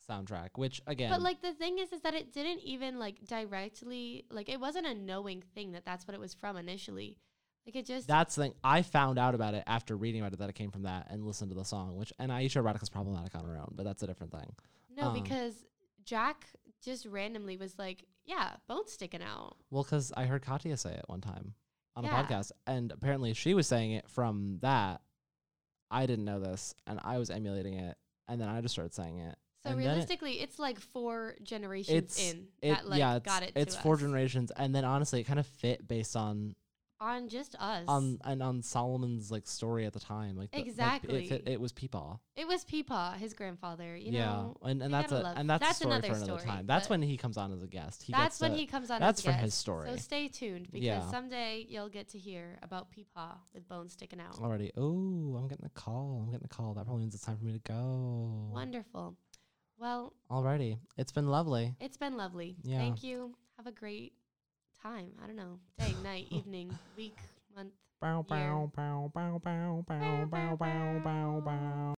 [SPEAKER 1] soundtrack, which again,
[SPEAKER 2] But like the thing is, is that it didn't even like directly like it wasn't a knowing thing that that's what it was from initially. Like it just
[SPEAKER 1] That's the thing. I found out about it after reading about it that it came from that and listened to the song, which and Aisha Radica's problematic on her own, but that's a different thing.
[SPEAKER 2] no
[SPEAKER 1] um,
[SPEAKER 2] because Jack just randomly was like, yeah, bones sticking out.
[SPEAKER 1] Well, because I heard Katya say it one time on
[SPEAKER 2] Yeah.
[SPEAKER 1] a podcast, and apparently she was saying it from that. I didn't know this, and I was emulating it, and then I just started saying it.
[SPEAKER 2] So
[SPEAKER 1] And then it-
[SPEAKER 2] realistically, it's like four generations
[SPEAKER 1] It's
[SPEAKER 2] in
[SPEAKER 1] it,
[SPEAKER 2] that like
[SPEAKER 1] yeah, it's,
[SPEAKER 2] got it.
[SPEAKER 1] it's
[SPEAKER 2] to
[SPEAKER 1] four
[SPEAKER 2] us.
[SPEAKER 1] generations, and then honestly, it kind of fit based on
[SPEAKER 2] on just us.
[SPEAKER 1] on and on Solomon's like story at the time, like the- like,
[SPEAKER 2] Exactly.
[SPEAKER 1] it, fit, it was Peepaw.
[SPEAKER 2] it was Peepaw, his grandfather. You
[SPEAKER 1] yeah,
[SPEAKER 2] know,
[SPEAKER 1] and and
[SPEAKER 2] you
[SPEAKER 1] that's a
[SPEAKER 2] gotta love-
[SPEAKER 1] and that's,
[SPEAKER 2] that's
[SPEAKER 1] a story for
[SPEAKER 2] another
[SPEAKER 1] another
[SPEAKER 2] story,
[SPEAKER 1] time. That's
[SPEAKER 2] but-
[SPEAKER 1] when he comes on as a guest. He
[SPEAKER 2] that's
[SPEAKER 1] gets
[SPEAKER 2] when
[SPEAKER 1] to-
[SPEAKER 2] he comes on.
[SPEAKER 1] that's
[SPEAKER 2] as
[SPEAKER 1] for his
[SPEAKER 2] guest. So
[SPEAKER 1] story.
[SPEAKER 2] stay tuned because
[SPEAKER 1] Yeah.
[SPEAKER 2] someday you'll get to hear about Peepaw with bones sticking out.
[SPEAKER 1] already. Oh, I'm getting a call. I'm getting a call. That probably means it's time for me to go.
[SPEAKER 2] Wonderful. Well,
[SPEAKER 1] Alrighty, it's been lovely.
[SPEAKER 2] it's been lovely.
[SPEAKER 1] Yeah.
[SPEAKER 2] Thank you. Have a great time. I don't know. Day,
[SPEAKER 1] *laughs*
[SPEAKER 2] night, evening, week, month.
[SPEAKER 1] Bow
[SPEAKER 2] Yeah.
[SPEAKER 1] bow bow bow bow bow bow bow bow.